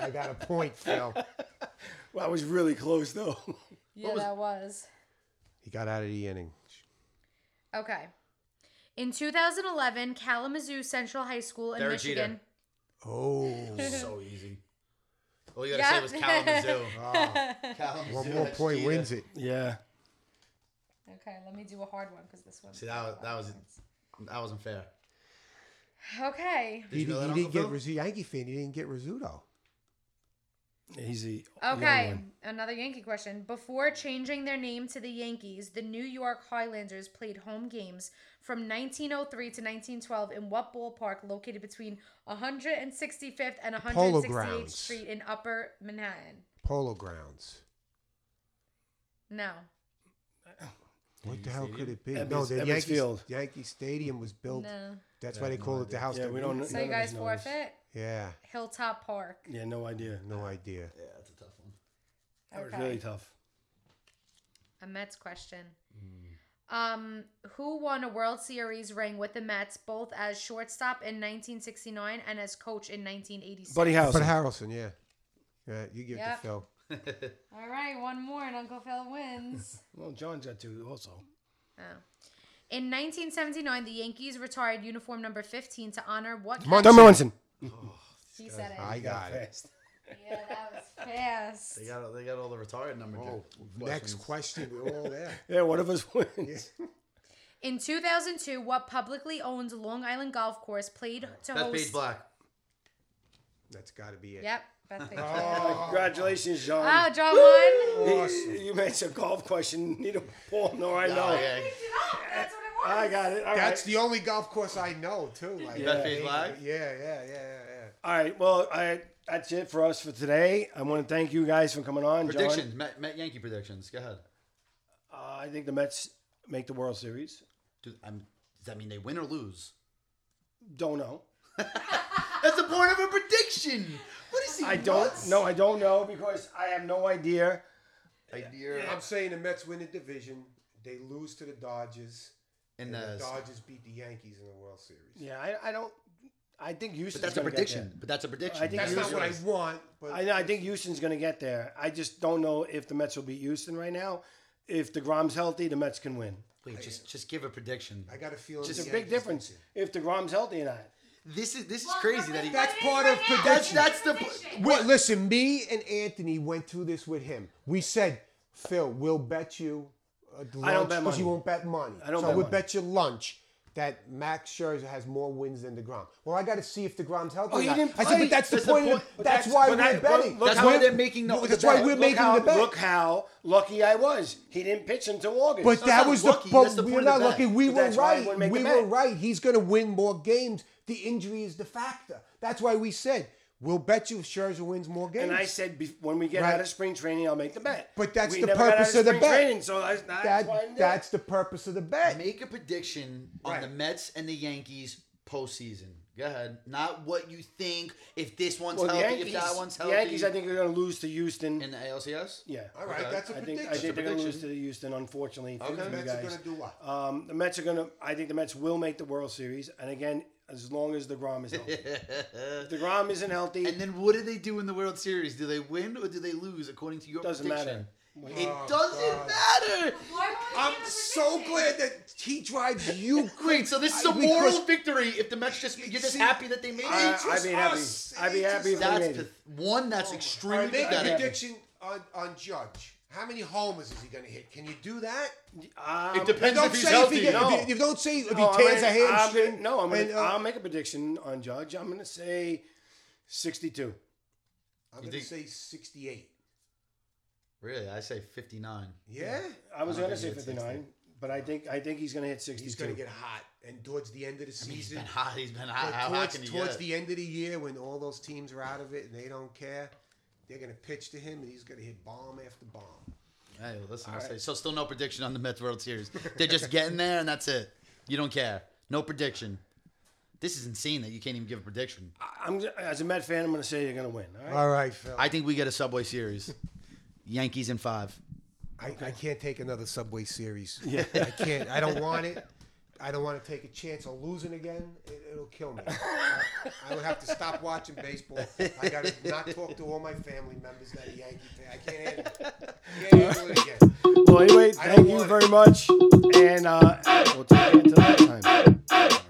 Speaker 2: I got a point, Phil.
Speaker 1: Well, I was really close, though.
Speaker 3: Yeah, that was.
Speaker 2: He got out of the inning.
Speaker 3: Okay. In 2011, Kalamazoo Central High School in
Speaker 4: Derek Jeter.
Speaker 3: Michigan.
Speaker 2: Oh,
Speaker 4: so easy. All you
Speaker 3: Yeah.
Speaker 4: gotta say was Ah, Kalamazoo. Kalamazoo.
Speaker 2: one more
Speaker 4: that's
Speaker 2: point
Speaker 4: cheater.
Speaker 2: wins it.
Speaker 1: yeah.
Speaker 3: Okay, let me do a hard one because this one.
Speaker 4: See, that was, that was that wasn't fair.
Speaker 3: Okay.
Speaker 4: Did
Speaker 2: he
Speaker 4: you know
Speaker 2: he
Speaker 4: that,
Speaker 2: didn't
Speaker 4: Uncle
Speaker 2: get
Speaker 4: Phil?
Speaker 2: Rizzuto. Yankee fan. He didn't get Rizzuto.
Speaker 1: He's the only
Speaker 3: Okay,
Speaker 1: one.
Speaker 3: another Yankee question. Before changing their name to the Yankees, the New York Highlanders played home games from 1903 to 1912 in what ballpark located between 165th and
Speaker 2: Polo
Speaker 3: 168th
Speaker 2: grounds.
Speaker 3: Street in Upper Manhattan?
Speaker 2: Polo Grounds.
Speaker 3: No.
Speaker 2: What the hell could it be?
Speaker 1: Ebbets-
Speaker 2: no, the
Speaker 1: Ebbets
Speaker 2: Yankee,
Speaker 1: Field.
Speaker 2: Yankee Stadium was built.
Speaker 3: No.
Speaker 2: That's why they call it the house.
Speaker 1: Yeah,
Speaker 2: that
Speaker 1: we don't
Speaker 2: blew-
Speaker 1: know.
Speaker 3: So you
Speaker 1: None of us
Speaker 3: guys
Speaker 1: know this.
Speaker 3: forfeit?
Speaker 2: Yeah,
Speaker 3: Hilltop Park.
Speaker 1: Yeah, no idea.
Speaker 2: no idea.
Speaker 4: Yeah, that's a tough one.
Speaker 1: That was really tough.
Speaker 3: A Mets question. Um, who won a World Series ring with the Mets both as shortstop in 1969 and as coach in 1986?
Speaker 1: Buddy House.
Speaker 2: But Harrelson, yeah. Yeah, you give it
Speaker 3: Yep.
Speaker 2: to Phil.
Speaker 3: All right, one more and Uncle Phil wins.
Speaker 1: Well, John's got two also.
Speaker 3: oh. In 1979, the Yankees retired uniform number 15 to honor what?
Speaker 1: Don Munson.
Speaker 3: He said it.
Speaker 2: I got it.
Speaker 1: Fast.
Speaker 3: Yeah, that was fast.
Speaker 4: They got they got all the retired number.
Speaker 2: Oh, next question.
Speaker 4: questions.
Speaker 2: We're all there.
Speaker 1: Yeah, one of us wins.
Speaker 3: In 2002, what publicly owned Long Island golf course played to
Speaker 4: That's
Speaker 3: host?
Speaker 4: Paige Black.
Speaker 2: That's got to be it.
Speaker 3: Yep, Beth Page.
Speaker 1: Congratulations, John.
Speaker 3: Oh, John won.
Speaker 2: Awesome.
Speaker 1: You mentioned a golf question. Neither Paul nor I know.
Speaker 4: Oh, yeah.
Speaker 3: That's what it was.
Speaker 1: I got it. All right.
Speaker 2: That's the only golf course I know too. Like, uh,
Speaker 1: Bethpage
Speaker 2: yeah,
Speaker 4: Live?
Speaker 2: Yeah, yeah, yeah, yeah.
Speaker 1: All right. Well, I That's it for us for today. I want to thank you guys for coming on.
Speaker 4: Predictions, Met, Met Yankee predictions. Go ahead.
Speaker 1: John, uh, I think the Mets make the World Series.
Speaker 4: Do, I'm, does that mean they win or lose?
Speaker 1: Don't know.
Speaker 4: That's the point of a prediction. What is he?
Speaker 1: I don't.
Speaker 4: nuts?
Speaker 1: No, I don't know because I have no idea.
Speaker 4: idea.
Speaker 2: I'm saying the Mets win the division. They lose to the Dodgers.
Speaker 4: And
Speaker 2: And the
Speaker 4: the,
Speaker 2: Dodgers beat the Yankees in the World Series.
Speaker 1: Yeah, I, I don't. I think Houston's.
Speaker 4: but that's a
Speaker 1: gonna get
Speaker 4: prediction.
Speaker 1: there.
Speaker 4: But that's a prediction.
Speaker 1: I think
Speaker 2: That's not what I want. But
Speaker 1: I, know- I think Houston's going to get there. I just don't know if the Mets will beat Houston right now. If DeGrom's healthy, the Mets can win.
Speaker 4: Wait, just just give a prediction.
Speaker 2: I got a feeling.
Speaker 4: Just
Speaker 2: the
Speaker 1: It's a big
Speaker 2: Yankees
Speaker 1: difference
Speaker 2: lose it.
Speaker 1: if DeGrom's healthy or not.
Speaker 4: This is this is crazy that he.
Speaker 2: That's part of
Speaker 4: that's
Speaker 2: prediction.
Speaker 4: that's the.
Speaker 2: Wait, listen, me and Anthony went through this with him. We said, Phil, we'll bet you uh, lunch
Speaker 1: I don't bet
Speaker 2: because you
Speaker 1: money.
Speaker 2: won't bet money.
Speaker 1: I don't
Speaker 2: so
Speaker 1: bet
Speaker 2: we'll
Speaker 1: money.
Speaker 2: bet you lunch that Max Scherzer has more wins than DeGrom. Well, I got to see if DeGrom's healthy.
Speaker 1: Oh,
Speaker 2: or
Speaker 1: he
Speaker 2: not.
Speaker 1: didn't
Speaker 2: I said,
Speaker 1: play.
Speaker 2: but that's,
Speaker 4: That's
Speaker 2: the
Speaker 4: the
Speaker 2: point.
Speaker 4: point.
Speaker 2: Of, that's
Speaker 1: That's-
Speaker 2: why
Speaker 1: but
Speaker 2: we're
Speaker 1: I- but
Speaker 2: betting.
Speaker 1: look
Speaker 4: That's
Speaker 1: how-
Speaker 4: why they're making the.
Speaker 2: That's
Speaker 4: the
Speaker 2: why
Speaker 4: bet.
Speaker 2: we're
Speaker 1: Look
Speaker 2: making
Speaker 1: how-
Speaker 2: the bet.
Speaker 1: Look how lucky I was. He didn't pitch until August.
Speaker 2: But that
Speaker 4: not
Speaker 2: was
Speaker 4: lucky.
Speaker 2: the. But
Speaker 4: That's the
Speaker 2: we
Speaker 4: point
Speaker 2: were
Speaker 4: of
Speaker 2: not
Speaker 4: the bet.
Speaker 2: lucky. We
Speaker 1: But
Speaker 2: were
Speaker 1: that's why I
Speaker 2: right.
Speaker 1: wouldn't make
Speaker 2: We
Speaker 1: the
Speaker 2: were
Speaker 1: bet.
Speaker 2: right. He's going to win more games. The injury is the factor. That's why we said we'll bet you Scherzer wins more games.
Speaker 1: and I said, "Be- when we get
Speaker 2: Right.
Speaker 1: out of spring training, I'll make the bet.
Speaker 2: But that's
Speaker 1: We
Speaker 2: the
Speaker 1: never got out
Speaker 2: purpose of the
Speaker 1: spring
Speaker 2: bet.
Speaker 1: Training, so that's, that's why I didn't
Speaker 2: that,
Speaker 1: do
Speaker 2: that's
Speaker 1: it.
Speaker 2: the purpose of the bet.
Speaker 4: Make a prediction on
Speaker 2: Right.
Speaker 4: the Mets and the Yankees postseason. Go ahead. Not what you think. If this one's
Speaker 1: Well, the
Speaker 4: healthy,
Speaker 1: Yankees,
Speaker 4: if that one's
Speaker 1: the
Speaker 4: healthy.
Speaker 1: Yankees, I think are going to lose to Houston.
Speaker 4: in the ALCS.
Speaker 1: yeah,
Speaker 2: All right,
Speaker 4: Okay.
Speaker 2: that's a
Speaker 1: I think
Speaker 2: prediction.
Speaker 1: I think they're going to
Speaker 4: prediction.
Speaker 1: lose to the Houston. Unfortunately, for
Speaker 2: the
Speaker 1: you
Speaker 2: Mets are
Speaker 1: guys.
Speaker 2: going to do what?
Speaker 1: Um, the Mets are going to. I think the Mets will make the World Series, and again, as long as Degrom is healthy. if Degrom isn't healthy,
Speaker 4: And then what do they do in the World Series? Do they win or do they lose according to your
Speaker 1: Doesn't
Speaker 4: prediction?
Speaker 1: matter.
Speaker 4: It
Speaker 2: Oh,
Speaker 4: doesn't
Speaker 2: God.
Speaker 4: matter.
Speaker 2: I'm so glad that he drives you
Speaker 4: Wait, so this is a
Speaker 2: I- because-
Speaker 4: moral victory if the Mets just you're just
Speaker 2: See,
Speaker 4: happy that they made
Speaker 2: I-
Speaker 4: it.
Speaker 1: I, I'd be happy.
Speaker 2: us.
Speaker 1: I'd be
Speaker 2: It's
Speaker 1: happy if
Speaker 2: us.
Speaker 1: they
Speaker 4: That's
Speaker 1: made it.
Speaker 4: path- one. That's
Speaker 2: All
Speaker 4: extremely
Speaker 2: right, make a
Speaker 4: pathetic.
Speaker 2: prediction on, on Judge. How many homers is he going to hit? Can you do that?
Speaker 1: Um,
Speaker 4: It depends
Speaker 2: Don't
Speaker 4: if he's
Speaker 2: say
Speaker 4: healthy.
Speaker 2: if he,
Speaker 1: No.
Speaker 2: if he- if don't say if
Speaker 1: No,
Speaker 2: he
Speaker 1: I'm
Speaker 2: tears
Speaker 1: gonna-
Speaker 2: a hamstring.
Speaker 1: I'm gonna- no, I'm
Speaker 2: and,
Speaker 1: gonna,
Speaker 2: uh,
Speaker 1: I'll make a prediction on Judge. I'm going to say 62.
Speaker 2: I'm going to
Speaker 4: think-
Speaker 2: say 68.
Speaker 4: Really, I say 59.
Speaker 2: Yeah,
Speaker 1: I was
Speaker 4: I don't
Speaker 1: going to
Speaker 4: think
Speaker 1: say
Speaker 4: he hit
Speaker 1: 59, but I think I think he's going to hit 62.
Speaker 2: he's going to get hot, and towards the end of the
Speaker 4: He's
Speaker 2: season,
Speaker 4: been hot. He's been hot.
Speaker 2: But
Speaker 4: How hot
Speaker 2: towards,
Speaker 4: can he
Speaker 2: towards
Speaker 4: get?
Speaker 2: the end of the year, when all those teams are out of it and they don't care, they're going to pitch to him and he's going to hit bomb after bomb.
Speaker 4: Hey, listen, I'll say, so still no prediction on the Mets World Series. They're just getting there, and that's it. You don't care. No prediction. This is insane that you can't even give a prediction.
Speaker 1: I- I'm as a Met fan, I'm going to say you're going to win. All right?
Speaker 2: All right, Phil. I,
Speaker 4: I think we get a Subway Series. Yankees in five.
Speaker 2: I, can't take another Subway Series. Yeah. I can't. I don't want it. I don't want to take a chance on losing again. It, it'll kill me. I, I would have to stop watching baseball. I got to not talk to all my family members that are Yankee fan. I can't handle it. I can't handle it again.
Speaker 1: Well, anyway,
Speaker 2: Uh, I don't
Speaker 1: thank you
Speaker 2: want it.
Speaker 1: very much, and uh, we'll take it until next time.